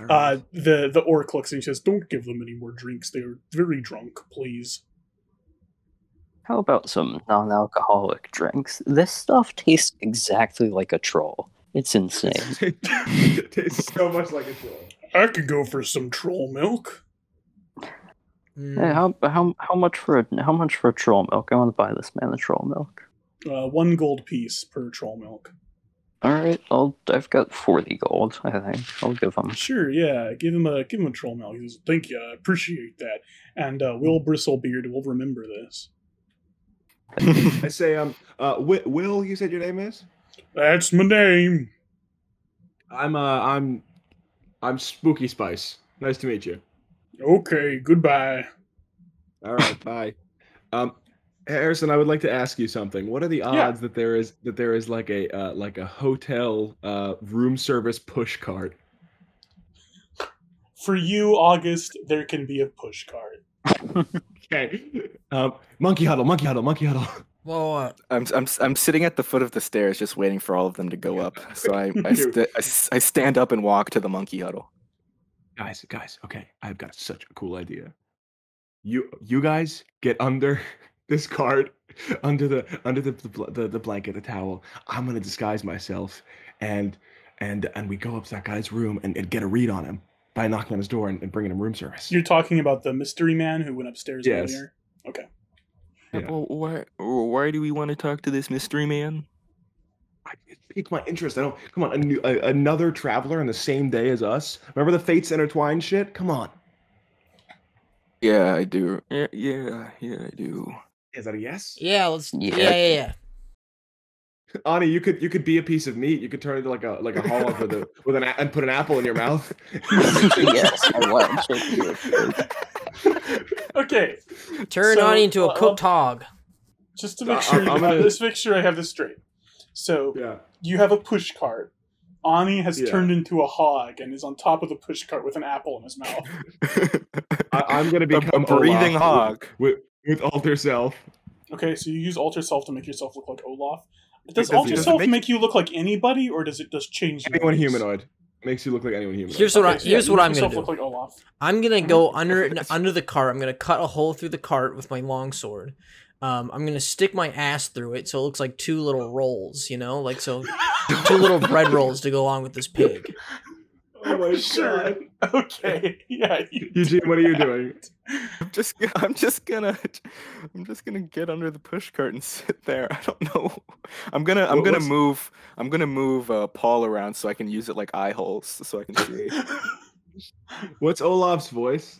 All
Uh,
right.
the the orc looks and says, "Don't give them any more drinks. They're very drunk. Please."
How about some non-alcoholic drinks? This stuff tastes exactly like a troll. It's insane.
it *laughs* tastes so much like a troll.
I could go for some troll milk.
Hmm.
Hey, how how how much for a, how much for a troll milk? I want to buy this man a troll milk.
Uh, one gold piece per troll milk.
All right, I'll I've got forty gold. I think I'll give
*laughs*
him.
Sure, yeah. Give him a give him a troll milk. He says, "Thank you, I appreciate that." And uh, Will Bristlebeard will remember this.
*laughs* I say, um, uh, Wi- Will, you said your name is?
That's my name.
I'm, uh, I'm, I'm Spooky Spice. Nice to meet you.
Okay, goodbye.
All right, bye. *laughs* Um, Harrison, I would like to ask you something. What are the odds that there is that there is like a uh, like a hotel uh, room service push cart?
For you, August, there can be a push cart.
Okay. *laughs* Um, monkey huddle, monkey huddle, monkey huddle. *laughs*
Whoa, uh,
I'm, I'm, I'm sitting at the foot of the stairs just waiting for all of them to go up. So I,
*laughs*
I, st- I, s- I stand up and walk to the monkey huddle.
Guys, guys, okay, I've got such a cool idea. You you guys get under *laughs* this cart, *laughs* under the under the the, bl- the the blanket, the towel. I'm gonna disguise myself, and and and we go up to that guy's room and, and get a read on him by knocking on his door and, and bringing him room service.
You're talking about the mystery man who went upstairs
Yes.
earlier. Okay.
Yeah.
Well, why why do we want to talk to this mystery man?
I- it piqued my interest. I don't come on a new, a, another traveler on the same day as us. Remember the fates intertwined shit? Come on.
Yeah, I do.
Yeah, yeah, yeah, I do.
Is that a yes?
yeah, let's. Yeah,
Yeah.
yeah, yeah.
Ani, you could you could be a piece of meat. You could turn into like a like a hog with
*laughs*
a with an a- and put an apple in your mouth.
yes, I would. I'm sure you would.
Okay,
Turn
So,
on into
uh,
a cooked hog.
just to make
Uh,
sure,
I'm-
you
I'm
*laughs* got
gonna-
this. Make sure I have this straight. So
yeah.
you have a push cart. Ani has
Yeah.
turned into a hog and is on top of the push cart with an apple in his mouth.
I, I'm gonna
A-
become
a breathing
Olaf
hog.
with with, with alter self.
Okay, so you use alter self to make yourself look like Olaf. Does
doesn't-
alter
doesn't
self
make-
make, you look like anybody, or does it just change your
Anyone
face?
humanoid makes you look like anyone humanoid.
Here's what I.
Okay, so yeah,
Here's
you
what
make
I'm gonna
yourself
do.
Look like Olaf.
I'm gonna go under n- under the cart. I'm gonna cut a hole through the cart with my longsword. Um, I'm gonna stick my ass through it so it looks like two little rolls, you know, like so two little bread rolls to go along with this pig.
oh my
*laughs* Sure.
god.
Okay, yeah. you-
Eugene, what are you
*laughs*
doing?
I'm just g- I'm just gonna I'm just gonna get under the push cart and sit there. I don't know. I'm gonna I'm
What-
gonna
what's-
move I'm gonna move uh, Paul around so I can use it like eye holes so I can
*laughs*
see.
What's Olaf's voice?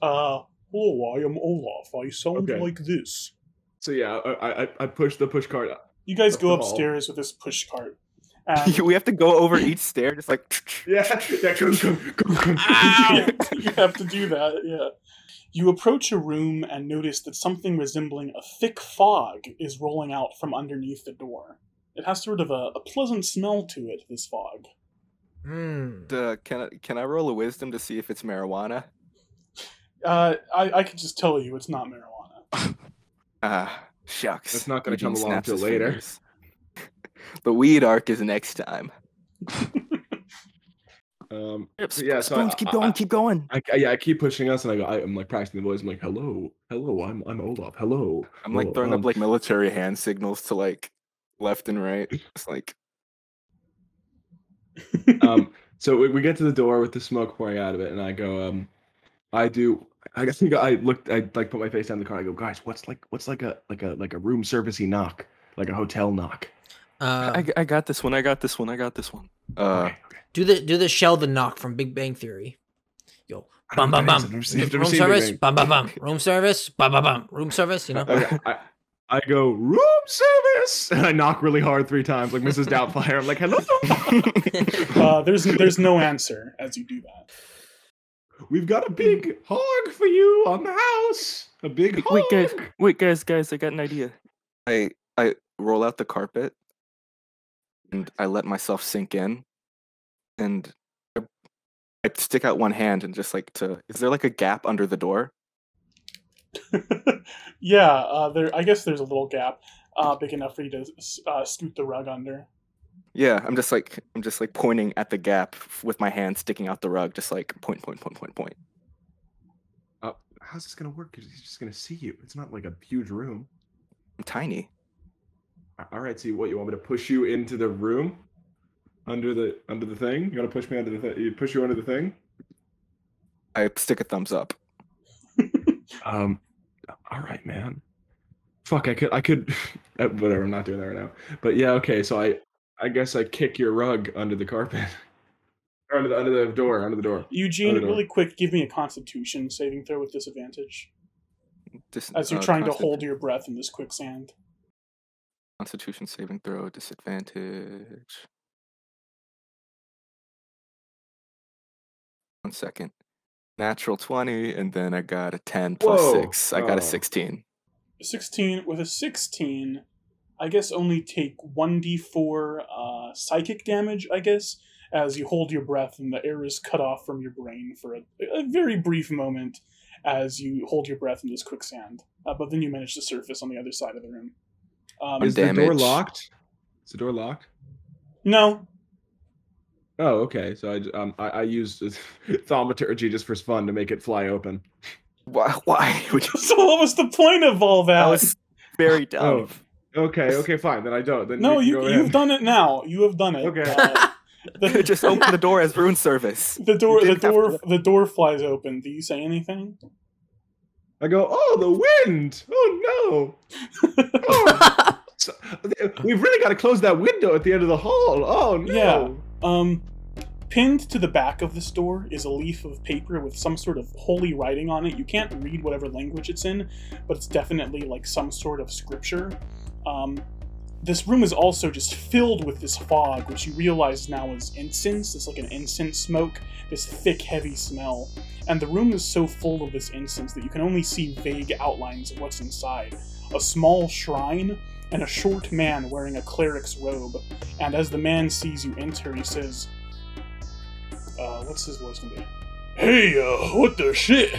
Uh, hello, I am Olaf. I sound
Okay.
like this.
So yeah, I I, I push the push cart.
You guys
Up *laughs*
go
the hall.
upstairs with this push
*laughs*
cart. And
we have to go over each stair just like
Yeah, yeah, come, come, come, come.
Yeah, *laughs* you have to do that, yeah. You approach a room and notice that something resembling a thick fog is rolling out from underneath the door. It has sort of a, a pleasant smell to it, this fog.
Hmm.
uh, can I can I roll a wisdom to see if it's marijuana?
Uh, I, I can just tell you it's not marijuana.
Ah, shucks.
That's not gonna come
Eugene
along
snaps
till
his
later.
fingers. *laughs* the weed arc is next time.
*laughs* Um,
Yep,
so yeah, so I, I- I-
keep going.
I, I- yeah, I keep pushing us, and I go. I, I'm like practicing the voice. I'm like, "Hello, hello, I'm I'm Olaf. Hello."
I'm like
hello,
throwing
um,
up like military hand signals to like left and right. It's like
um, so we, we get to the door with the smoke pouring out of it, and I go, um, I do. I guess *laughs* I looked. I like put my face down the car. I go, guys, what's like what's like a like a like a room servicey knock, like a hotel knock.
Uh,
I, I got this one. I got this one. I got this one.
uh
okay, okay.
do the do the shell the knock from Big Bang Theory. Yo,
I
bum
don't
bum
know what
bum.
that is. I've never seen- I've never
Room
seen
service,
anything.
bum bum bum. Room service, bum bum bum. Room service, you know.
Okay, I, I go room service, *laughs* and I knock really hard three times, like Mrs. Doubtfire. I'm like, hello.
*laughs*
Uh, there's, there's no answer as you do that.
*laughs* We've got a big hog for you on the house. A big
Wait,
hog.
wait, guys, wait, guys, guys, I got an idea.
I I roll out the carpet and I let myself sink in and I, I stick out one hand and just like to is there like a gap under the door?
*laughs* yeah, uh, there. I guess there's a little gap, uh, big enough for you to uh, scoot the rug under. *laughs*
Yeah, I'm just like I'm just like pointing at the gap f- with my hand sticking out the rug just like point point point point point.
Uh, how's this gonna work? 'Cause He's just gonna see you. It's not like a huge room.
I'm tiny.
A- All right. So you, what you want me to push you into the room, under the under the thing? You want to push me under the thing? You push you under the thing?
I stick a thumbs up.
Um, all right, man. Fuck, I could, I could, *laughs* uh, whatever. I'm not doing that right now. But yeah, okay. So I, I guess I kick your rug under the carpet, *laughs* or under the under the door, under the door.
Eugene,
I don't know.
really quick, give me a Constitution saving throw with disadvantage
Dis-
as you're
uh,
trying to
consti-
hold your breath in this quicksand.
Constitution saving throw disadvantage. One second. Natural 20, and then I got a 10 plus
Whoa.
6. I got
Oh.
a 16.
A Sixteen with a sixteen, I guess only take one d four uh, psychic damage. I guess as you hold your breath and the air is cut off from your brain for a, a very brief moment as you hold your breath in this quicksand. Uh, but then you manage to surface on the other side of the room. Um,
Is the door
damaged.
locked? Is the door locked?
no, *laughs*
Oh, okay. So I, j- um, I, I used *laughs* thaumaturgy just for fun to make it fly open.
Why? *laughs* why would you-
so what was the point of all that?
That was very dumb.
Oh.
Okay, okay, fine. Then I don't. Then
No,
can
you,
go
you've
in.
done it now. You have done it.
Okay.
Uh,
*laughs*
the,
just open the door as rune service.
*laughs* the door,
You
the
didn't have
door, the door flies open. Do you say anything? *laughs*
I go, oh, the wind! Oh no! Oh. So- we've really got to close that window at the end of the hall. Oh no!
Yeah. Um, pinned to the back of this door is a leaf of paper with some sort of holy writing on it. You can't read whatever language it's in, but it's definitely like some sort of scripture. Um, this room is also just filled with this fog, which you realize now is incense. It's like an incense smoke, this thick, heavy smell. And the room is so full of this incense that you can only see vague outlines of what's inside. A small shrine and a short man wearing a cleric's robe and as the man sees you enter, he says, uh, what's his voice gonna be? Hey, uh, what the shit?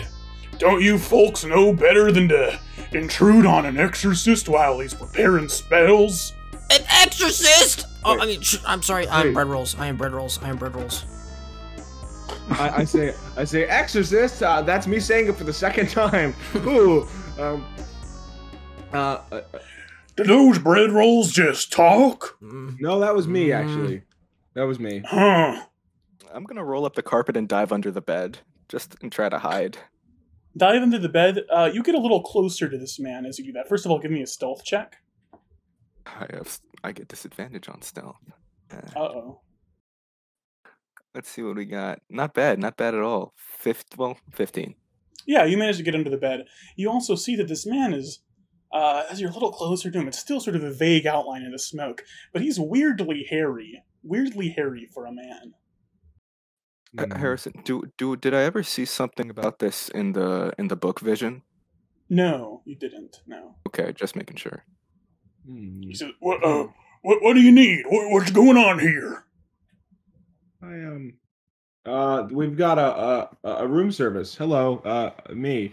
Don't you folks know better than to intrude on an exorcist while he's preparing spells?
An exorcist! Oh,
Wait.
I mean, sh- I'm sorry. I am
Wait.
bread rolls. I am bread rolls. I am bread rolls.
I, I say, I say, exorcist. Uh, that's me saying it for the second *laughs* time. Ooh. Um, uh, uh,
Do those bread rolls just talk?
Mm.
no, that was me actually. That was me.
Huh.
I'm going to roll up the carpet and dive under the bed just and try to hide.
Dive into the bed. Uh, you get a little closer to this man as you do that. First of all, give me a stealth check.
I have s- I get disadvantage on stealth.
Uh oh.
Let's see what we got. Not bad, not bad at all. Fifth, well, fifteen.
Yeah, you manage to get under the bed. You also see that this man is, uh, as you're a little closer to him, it's still sort of a vague outline in the smoke, but he's weirdly hairy. Weirdly hairy for a man.
Uh,
Mm.
Mm-hmm.
Harrison, do do did I ever see something about this in the in the book Vision?
No, you didn't. No.
Okay, just making sure.
Hmm.
He says, "What? Uh, what, what do you need? What, what's going on here?"
I um. Uh, we've got a, a a room service. Hello, uh, me,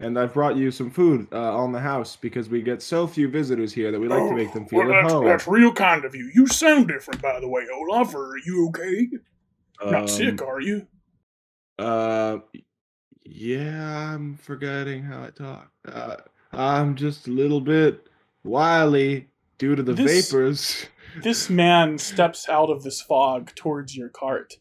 and I've brought you some food uh, on the house because we get so few visitors here that we
Oh,
like to make them feel
well,
at
that's,
home.
that's real kind of you. You sound different, by the way, Olaf. Are you okay?
Um,
Not sick, are you?
Uh, yeah, I'm forgetting how I talk. Uh, I'm just a little bit wily due to the
This-
vapors. *laughs*
this man steps out of this fog towards your cart,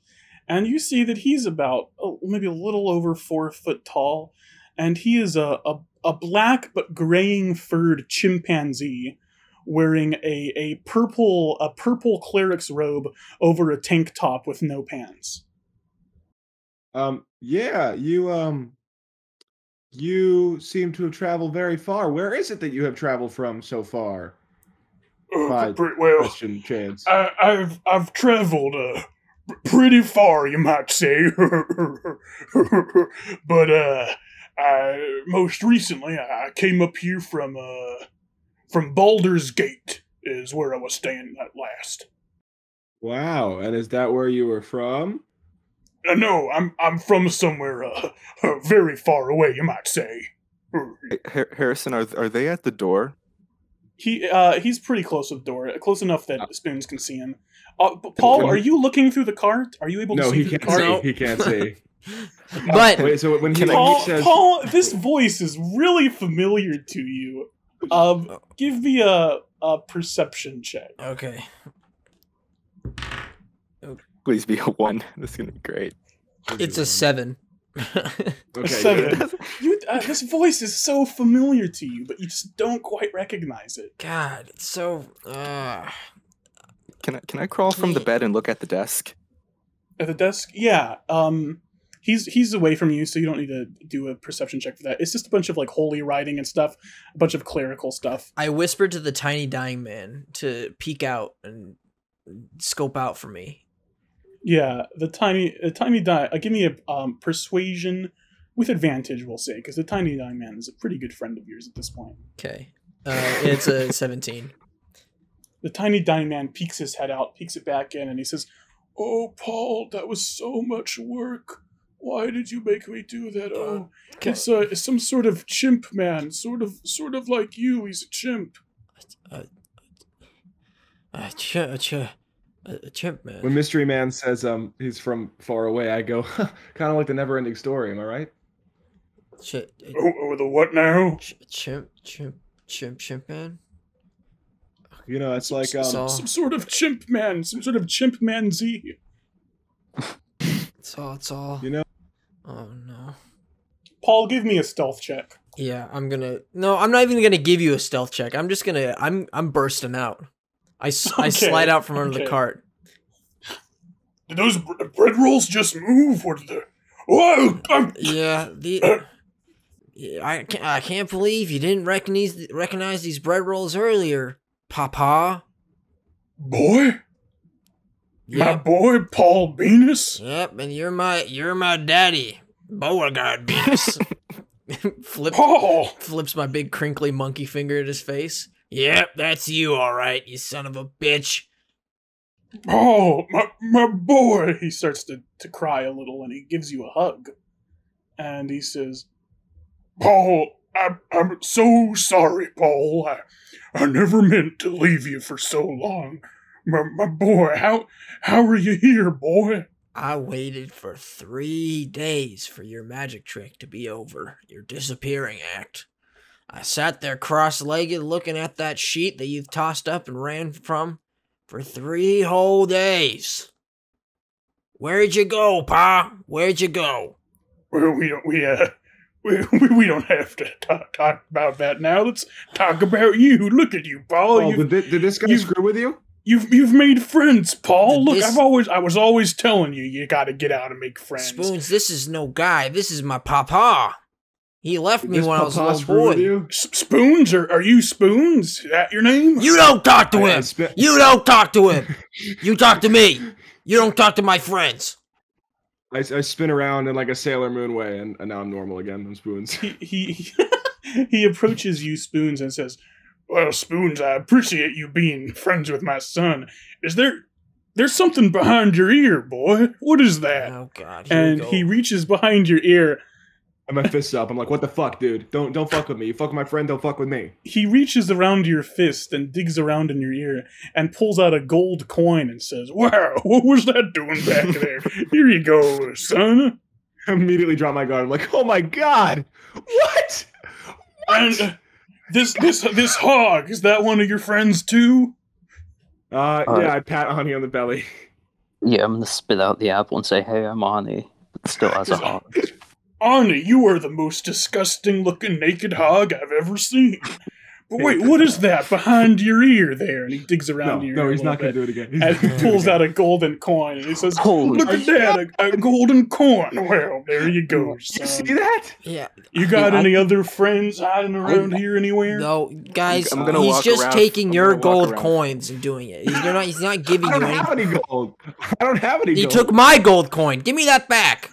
and you see that he's about oh, maybe a little over four foot tall, and he is a, a, a black but graying furred chimpanzee wearing a, a purple a purple cleric's robe over a tank top with no pants.
Um, yeah, you um, you seem to have traveled very far. Where is it that you have traveled from so far? Right.
well,
Question chance.
I, I've I've traveled uh, pretty far, you might say, *laughs* but uh, I, most recently I came up here from uh, from Baldur's Gate is where I was staying at last.
Wow, and is that where you were from?
Uh, no, I'm I'm from somewhere uh, *laughs* uh, very far away, you might say.
Hey, Har- Harrison, are are they at the door?
He uh, he's pretty close to the door, close enough that spoons can see him. Uh,
Paul, are
you looking through the cart? Are you able
No, he can't
*laughs*
car?
see. He can't see.
But
Wait, so when he,
Can I-
when he
Paul,
says,
Paul, this voice is really familiar to you.
Oh.
Um, give me a, a perception check.
okay,
Please be a one. This is gonna be great.
it's a
*laughs*
seven.
A
okay,
seven.
good.
You, uh, this voice is so familiar to you, but you just don't quite recognize it.
God, it's so. Uh,
Can I can I crawl from the bed and look at the desk?
At the desk, yeah. Um, he's he's away from you, so you don't need to do a perception check for that. It's just a bunch of like holy writing and stuff, a bunch of clerical stuff.
I whispered to the tiny dying man to peek out and scope out for me.
Yeah, the tiny the tiny die. Uh, give me a um, persuasion with advantage, we'll say, because the tiny die man is a pretty good friend of yours at this point.
Okay, uh, it's
*laughs*
a seventeen.
The tiny dying man peeks his head out, peeks it back in, and he says, Oh, Paul, that was so much work. Why did you make me do that? Oh, it's, uh, it's some sort of chimp man, sort of, sort of like you. He's a chimp.
A ch- a ch- a chimp man.
when Mystery Man says um he's from far away, I go *laughs* kind of like the never-ending story. Am I right?
Ch- a
Oh, oh the what now?
ch- chimp, chimp, chimp, chimp man.
You know, it's like um,
so,
Some sort of chimp man, some sort of chimp man Z.
it's all, it's all.
you know.
Oh no.
Paul, give me a stealth check.
Yeah, I'm gonna. No, I'm not even gonna give you a stealth check. I'm just gonna. I'm I'm bursting out. I, s- I
Okay,
slide out from under the
okay.
cart.
Did those br- bread rolls just move? Or did oh, um, they? Whoa! I'm-
Yeah, the. Yeah, I can't, I can't believe you didn't recognize recognize these bread rolls earlier, Papa.
boy? My
Yep,
boy, Paul Venus?
yep, and you're my you're my daddy, Beauregard Beers. *laughs* Flip
Paul!
flips my big crinkly monkey finger at his face. Yep, that's you, all right, you son of a bitch.
Oh, my, my boy! He starts to, to cry a little and he gives you a hug. And he says, Paul, I'm, I'm so sorry, Paul. I, I never meant to leave you for so long. My, my boy, how, how are you here, boy?
I waited for three days for your magic trick to be over, your disappearing act. I sat there cross legged looking at that sheet that you've tossed up and ran from for three whole days. Where'd you go, Pa? Where'd you go?
Well, we don't, we, uh, we, we, we don't have to talk, talk about that now. Let's talk about you. Look at you, Paul.
Oh,
you,
did, thi- did this guy
you-
screw with you?
You've you've made friends, Paul.
Th-
Look,
this-
I've always I was always telling you you got to get out and make friends.
Spoons, this is no guy. This is my Papa. He left
Did
me
this
when I was a
papa
little
screw
boy.
with you?
S- spoons are are you spoons? Is that your name?
You don't talk to
I- I
him.
spe-
You don't talk to him. You talk to me. You don't talk to my friends.
I, I spin around in like a Sailor Moon way, and, and now I'm normal again. I'm spoons.
he he, he approaches you, spoons, and says, "Well, spoons, I appreciate you being friends with my son. Is there there's something behind your ear, boy? What is that?"
Oh God! here we
and
go.
he reaches behind your ear.
*laughs* And my fists up. I'm like, what the fuck, dude? Don't don't fuck with me. You fuck with my friend. Don't fuck with me. *laughs*
He reaches around your fist and digs around in your ear and pulls out a gold coin and says, Wow, *laughs* what was that doing back there? Here you go, son.
Immediately drop my guard. I'm like, oh my god, what?
And uh, this this this hog, is that one of your friends too?
Uh,
Uh,
yeah, I pat Ani on the belly.
Yeah, I'm gonna spit out the apple and say, "Hey,
*laughs*
I'm Ani." Still has a heart.
Anna, you are the most disgusting looking naked hog I've ever seen. But wait, what is that behind your ear there? And he digs
No,
around your ear.
no,
a
he's
little
not gonna
bit
do it again. He's
And
not gonna
he
do it
pulls
again.
out a golden coin and he says,
Holy
Look at that, a, a golden coin. Well, there you
*laughs* *laughs*
go,
You
son.
see that?
yeah,
You got
I-
any other friends hiding around here anywhere?
no, guys,
I'm gonna
he's
walk
just
around-
taking
I'm
your
gonna walk
gold
around.
coins and doing it. He's you're not. He's not giving
I
you
*laughs*
don't
any.
have any gold. I don't have any
You
gold.
took my gold coin. Give me that back.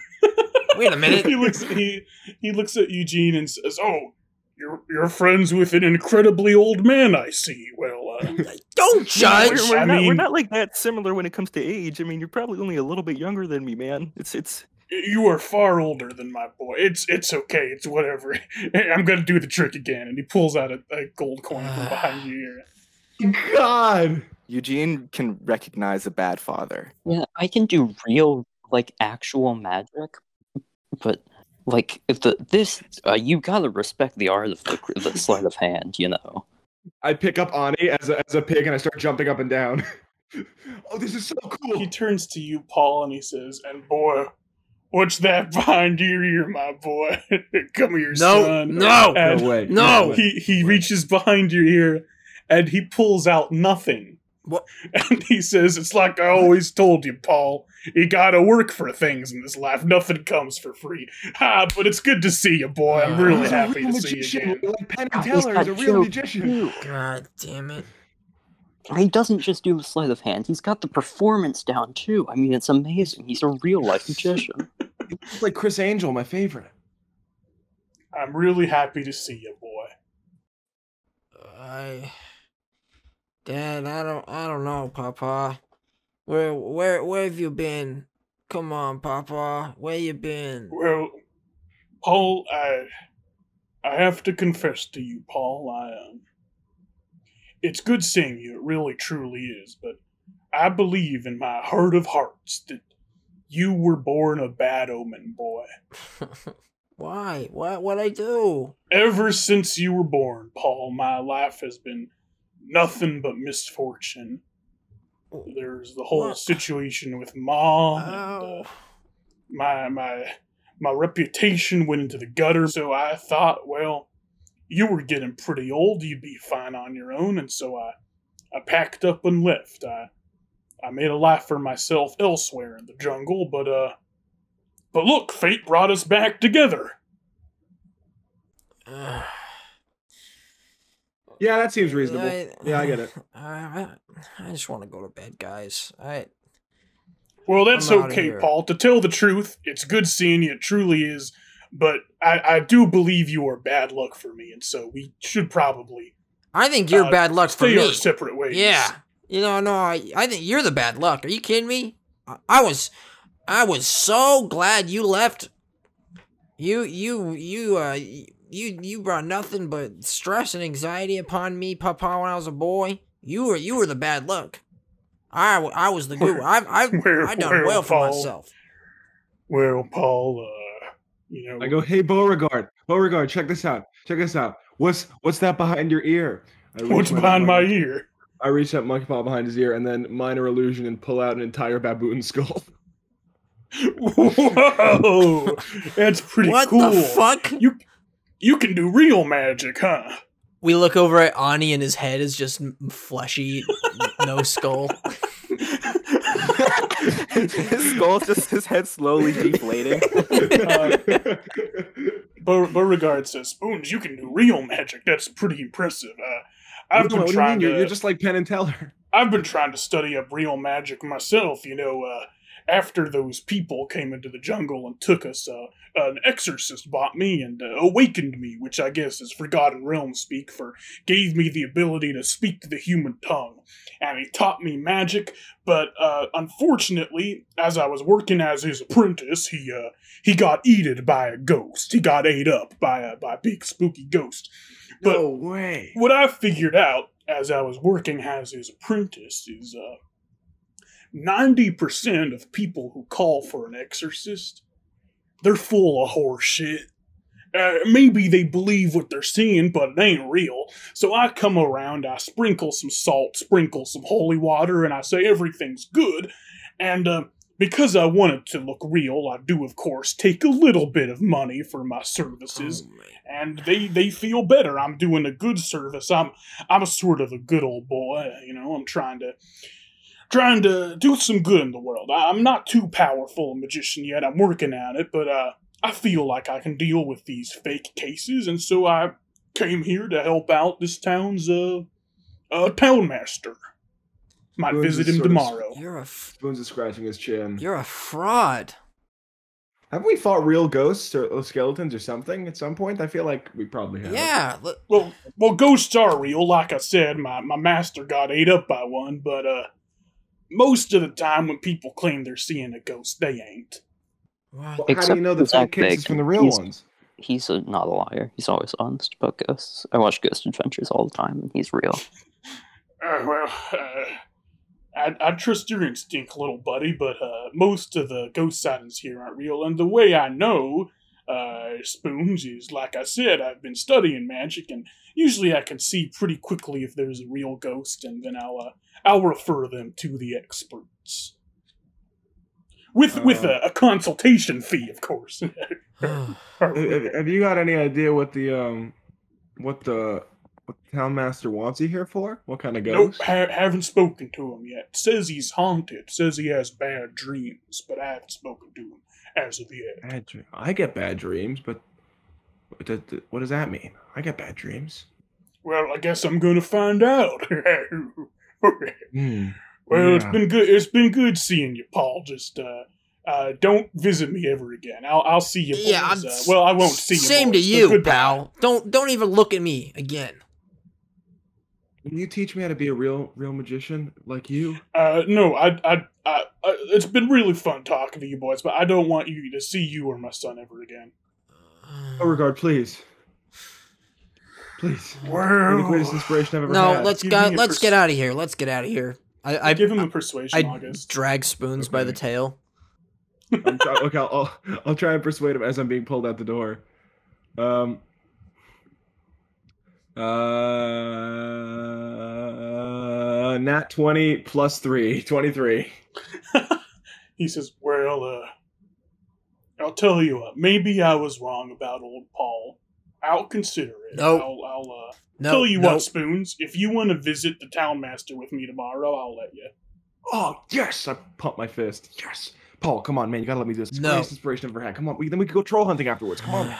Wait a
*laughs* he
minute.
looks he he looks at Eugene and says, "Oh, you're you're friends with an incredibly old man, I see. Well,
*laughs*
uh,
Don't
*laughs*
judge.
We're, we're
I
not, we're
mean-
not like that similar when it comes to age. I mean, you're probably only a little bit younger than me, man. It's it's
you are far older than my boy. It's it's okay. It's whatever. *laughs* I'm gonna do the trick again." And he pulls out a, a gold coin from behind
*sighs*
your ear.
God.
Eugene can recognize a bad father.
Yeah, I can do real, like actual magic, but like if the this uh, you gotta respect the art of the, the sleight of hand, you know.
I pick up Ani as a, as a pig and I start jumping up and down. *laughs* oh, this is so cool.
He turns to you, Paul, and he says, "And boy, what's that *laughs* behind your ear, my boy? *laughs* Come here,
No,
son."
no.
And
way.
No!
way.
he he reaches behind your ear, and he pulls out nothing.
What?
*laughs* And he says, "It's like I always told you, Paul. You gotta work for things in this life. Nothing comes for free. Ha! But it's good to see you, boy. I'm
*laughs*
really
He's a
happy
real
to see you
magician,
again."
Like Penn and
God, he's
Teller is a
got
real *laughs*
jokes,
magician.
God damn it.
He doesn't just do the sleight of hand; he's got the performance down too. I mean, it's amazing. He's a real life magician.
He's like Chris Angel, my favorite.
I'm really happy to see you, boy.
I Dad, I don't I don't know, Papa. Where where where have you been? Come on, Papa. Where you been?
Well, Paul, I, I have to confess to you, Paul. I, um, it's good seeing you. It really, truly is. But I believe in my heart of hearts that you were born a bad omen, boy.
Why? What what I do?
Ever since you were born, Paul, my life has been nothing but misfortune. There's the whole
What?
situation with mom. And,
Ow.
Oh.
uh, my my my reputation went into the gutter so i thought well you were getting pretty old you'd be fine on your own and so i i packed up and left i i made a life for myself elsewhere in the jungle but uh but look fate brought us back together
Ugh.
Yeah, that seems reasonable.
I-
yeah, I get
*laughs*
it.
I I, I just want to go to bed, guys. I
well that's
I'm outta
okay
here.
paul to tell the truth it's good seeing you it truly is but i i do believe you are bad luck for me and so we should probably
I think you're
Uh,
bad luck for
stay
me.
our separate ways
Yeah. You know, no, I, I think you're the bad luck. Are you kidding me? I, I was I was so glad you left. You you you uh you you brought nothing but stress and anxiety upon me, Papa, when I was a boy. You were you were the bad luck. I, w- I was the good. one. I've I've
*laughs* Where-
I done
where,
well for
Paul?
myself.
Well, Paul, uh, you know,
I go, hey Beauregard, Beauregard, check this out, check this out. What's what's that behind your ear? I reach
what's behind my
monkey-
ear?
I reach that monkey paw behind his ear and then minor illusion and pull out an entire baboon
*laughs*
skull.
Whoa, that's pretty
what
cool.
the fuck?
You you can do real magic, huh?
We look over at Ani and his head is just fleshy, no
*laughs*
skull.
his skull just his head slowly deflating.
Uh,
*laughs*
Beau- Beauregard says, "Spoons, you can do real magic. That's pretty impressive." Uh, I've
No,
been
what do you
trying
mean? You're,
to.
you're just like Penn and Teller.
I've been trying to study up real magic myself, you know, uh, after those people came into the jungle and took us, uh, an exorcist bought me and uh, awakened me, which I guess is Forgotten Realm speak for, gave me the ability to speak the human tongue. And he taught me magic, but, uh, unfortunately, as I was working as his apprentice, he, uh, he got eaten by a ghost. He got ate up by a, by a big spooky ghost. But-
no way.
What I figured out as I was working as his apprentice is uh, 90% of people who call for an exorcist, they're full of horse shit. Uh, maybe they believe what they're seeing, but it ain't real. So I come around, I sprinkle some salt, sprinkle some holy water, and I say everything's good. And uh, because I want it to look real, I do, of course, take a little bit of money for my services
Oh, man.
and they they feel better. I'm doing a good service. I'm I'm a sort of a good old boy, you know. I'm trying to trying to do some good in the world. I, I'm not too powerful a magician yet. I'm working at it, but uh, I feel like I can deal with these fake cases, and so I came here to help out this town's uh, uh town master. Might
Well,
visit
this
him
sort of-
tomorrow.
You're a f-
Spoons is scratching his chin.
you're a fraud.
Have we fought real ghosts or, or skeletons or something at some point? I feel like we probably have.
Yeah. look.
Well, well, ghosts are real. Like I said, my, my master got ate up by one, but uh, most of the time when people claim they're seeing a ghost, they ain't.
What?
Well, how do
Except
you know the fake
Zach
cases
Bagans.
from the real
He's-
ones?
He's a, not a liar. He's always honest about ghosts. I watch Ghost Adventures all the time, and he's real.
Uh, well, uh, I, I trust your instinct, little buddy, but uh, most of the ghost sightings here aren't real. And the way I know, uh, Spoons, is like I said, I've been studying magic, and usually I can see pretty quickly if there's a real ghost, and then I'll uh, I'll refer them to the experts with with a, a consultation fee, of course. *laughs*
Have, have you got any idea what the um, what the what the town master wants you here for? What kind of
Nope,
ghost?
ha- haven't spoken to him yet. Says he's haunted. Says he has bad dreams, but I haven't spoken to him as of yet.
Bad dream. I get bad dreams, but what does- what does that mean? I get bad dreams.
Well, I guess I'm gonna find out. *laughs* well,
Hmm.
it's
Yeah.
been good. It's been good seeing you, Paul. Just uh, uh, don't visit me ever again. I'll I'll see you. Boys.
Yeah, I'm
uh, well, I won't see you.
Same
boys,
to
but
you,
goodbye.
pal. Don't don't even look at me again.
Can you teach me how to be a real real magician like you?
Uh, no, I, I, I, I, it's been really fun talking to you boys, but I don't want you to see you or my son ever again.
Beauregard, please. Please. You're the greatest inspiration I've ever
No,
had.
let's
give
go.
me a
Let's
pers-
get out of here. Let's get out of here. I I,
Give him
I,
a persuasion,
I
August.
drag spoons by the
Okay.
tail.
I'm try- look, I'll, I'll I'll try and persuade him as I'm being pulled out the door. Um. Uh, nat 20 plus 3, 23.
he says, "Well, uh, I'll tell you what. Maybe I was wrong about old Paul. I'll consider it.
Nope.
I'll, I'll uh,
No,
tell you
no.
what, spoons. If you want to visit the town master with me tomorrow, I'll let you.
Oh, yes! I pump my fist. Yes! Paul, come on, man. You gotta let me do this. It's the
No.
greatest inspiration I've ever had. Come on. We, then we could go troll hunting afterwards. Come on.
*sighs*
man.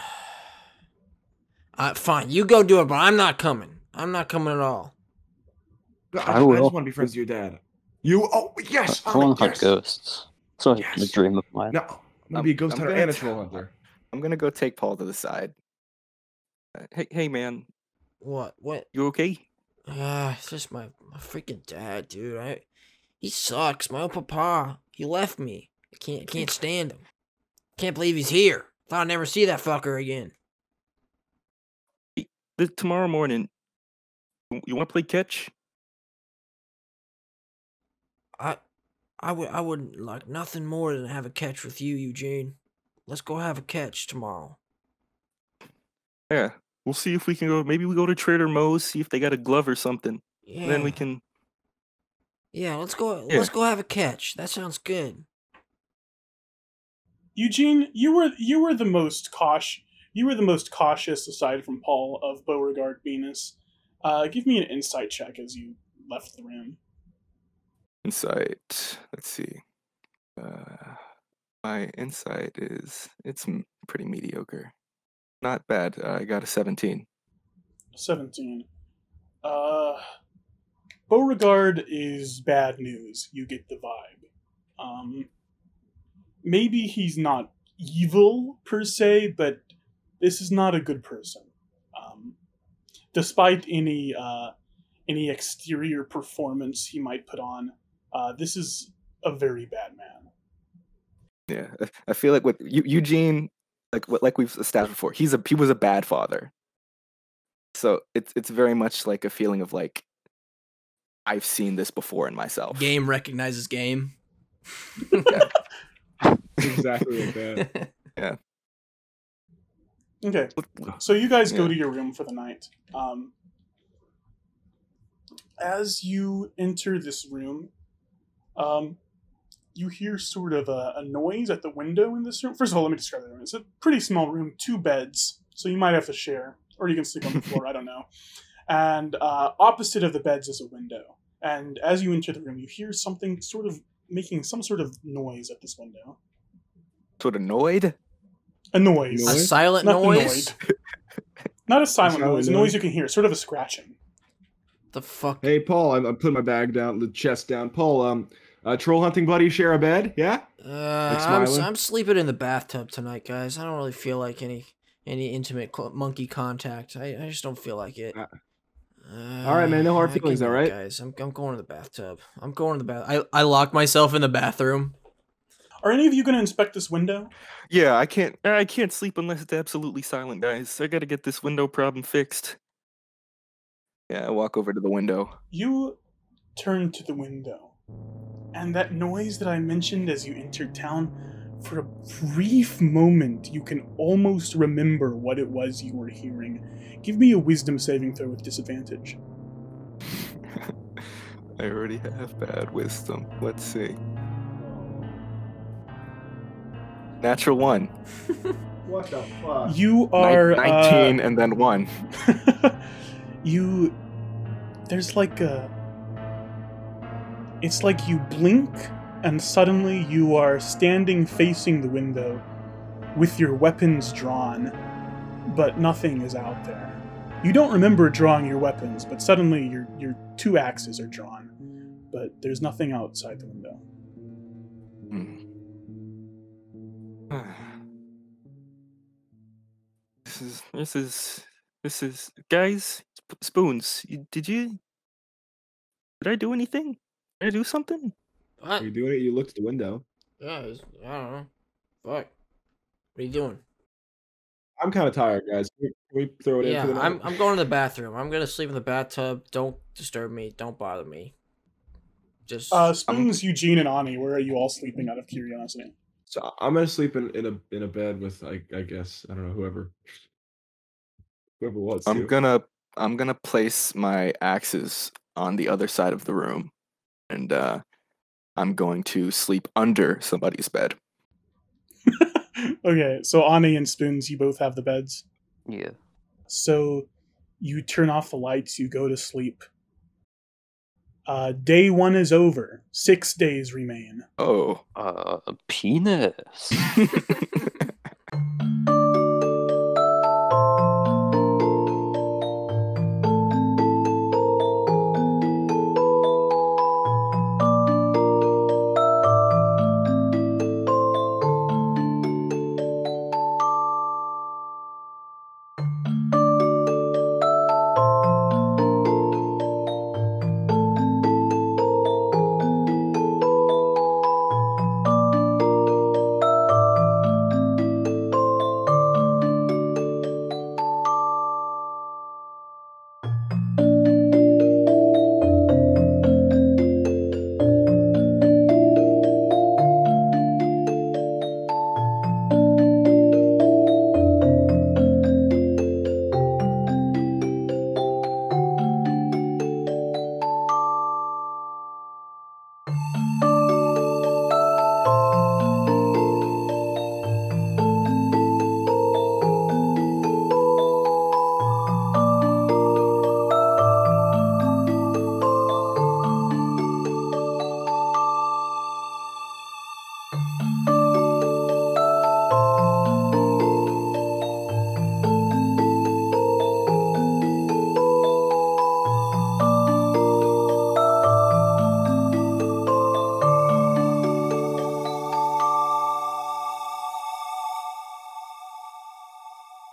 Uh, fine, you go do it, but I'm not coming. I'm not coming at all.
I,
I
just- I
will.
just want to be friends with your dad. You? Oh, yes!
I
oh,
want to hunt
yes.
ghosts. So like a
Yes.
dream of mine.
No, I'm gonna
I'm-
be a ghost
I'm
hunter
gonna
and a
t-
troll hunter.
I'm gonna go take Paul to the side.
uh, Hey, hey, man,
What? What?
you okay?
Ah, it's just my, my freaking dad, dude. I, he sucks. My own papa. He left me. I can't can't stand him. Can't believe he's here. Thought I'd never see that fucker again.
Th- tomorrow morning, you- you want to play catch?
I, I would I wouldn't like nothing more than have a catch with you, Eugene. Let's go have a catch tomorrow.
Yeah.
We'll see if we can go. Maybe we go to Trader Moe's, see if they got a glove or something.
Yeah.
and Then
Mm.
we can.
Yeah, let's go.
Yeah.
Let's go have a catch. That sounds good.
Eugene, you were you were the most cautious. You were the most cautious, aside from Paul, of Beauregard Venus. Uh, give me an insight check as you left the room.
Insight. Let's see. Uh, my insight is it's m- pretty mediocre. Not bad. Uh, I got a 17.
17. Uh, Beauregard is bad news. You get the vibe. Um, maybe he's not evil per se, but this is not a good person. Um, despite any uh, any exterior performance he might put on, uh, this is a very bad man.
Yeah, I- I feel like with Eu- Eugene, like what like we've established before, he's a he was a bad father. So it's it's very much like a feeling of like I've seen this before in myself.
Game recognizes game.
*laughs* Exactly like that.
Okay.
Look,
So you guys go
Yeah.
to your room for the night. Um, as you enter this room, um, you hear sort of a, a noise at the window in this room. First of all, let me describe the room. It's a pretty small room, two beds, so you might have to share, or you can sleep on the floor. I don't know. And uh, opposite of the beds is a window. And as you enter the room, you hear something sort of making some sort of noise at this window.
Sort of annoyed.
A noise,
A silent
Not the
noise.
*laughs* not a silent
Silent
noise, a noise
noise.
you can hear, sort of a scratching.
The fuck?
Hey, Paul, I'm, I'm putting my bag down, the chest down. Paul, um, uh, troll hunting buddy, share a bed, yeah?
Uh,
Like
I'm,
smiling?
I'm sleeping in the bathtub tonight, guys. I don't really feel like any any intimate cl- monkey contact. I, I just don't feel like it.
Uh,
Uh,
man, no hard
I can
feelings,
do it,
alright?
guys. I'm, I'm going to the bathtub. I'm going to the bath. I I lock myself in the bathroom.
Are any of you going to inspect this window?
Yeah, I can't.
I can't sleep unless it's absolutely silent, guys. I gotta get this window problem fixed.
Yeah, I walk over to the window.
You turn to the window And that noise that I mentioned as you entered town, for a brief moment, you can almost remember what it was you were hearing. Give me a wisdom saving throw with disadvantage.
I already have bad wisdom. Let's see. Natural one.
What the fuck?
You
Nin-
are. uh,
19 and then one.
*laughs* you there's like a it's like you blink and suddenly you are standing facing the window with your weapons drawn but nothing is out there you don't remember drawing your weapons but suddenly your your two axes are drawn but there's nothing outside the window
this is
This is this is guys sp- spoons. y- Did you? Did I do anything? Did I do something?
What?
Are you doing it? You looked at the window.
Yeah, it's- I don't know. Fuck. What are you doing?
I'm kind of tired, guys. Can we, can we throw it in
yeah,
for the night?
I'm, I'm going to the bathroom. I'm going to sleep in the bathtub. Don't disturb me. Don't bother me. Just.
uh spoons eugene and ani where are you all sleeping out of curiosity *laughs*
So I- I'm gonna sleep in, in a in a bed with I I guess I don't know whoever whoever wants
I'm
to.
gonna I'm gonna place my axes on the other side of the room, and uh, I'm going to sleep under somebody's bed.
okay so ani and spoons you both have the beds
Yeah.
So you turn off the lights, you go to sleep. Uh, day one is over. Six days remain.
Oh,
*laughs* Uh, penis.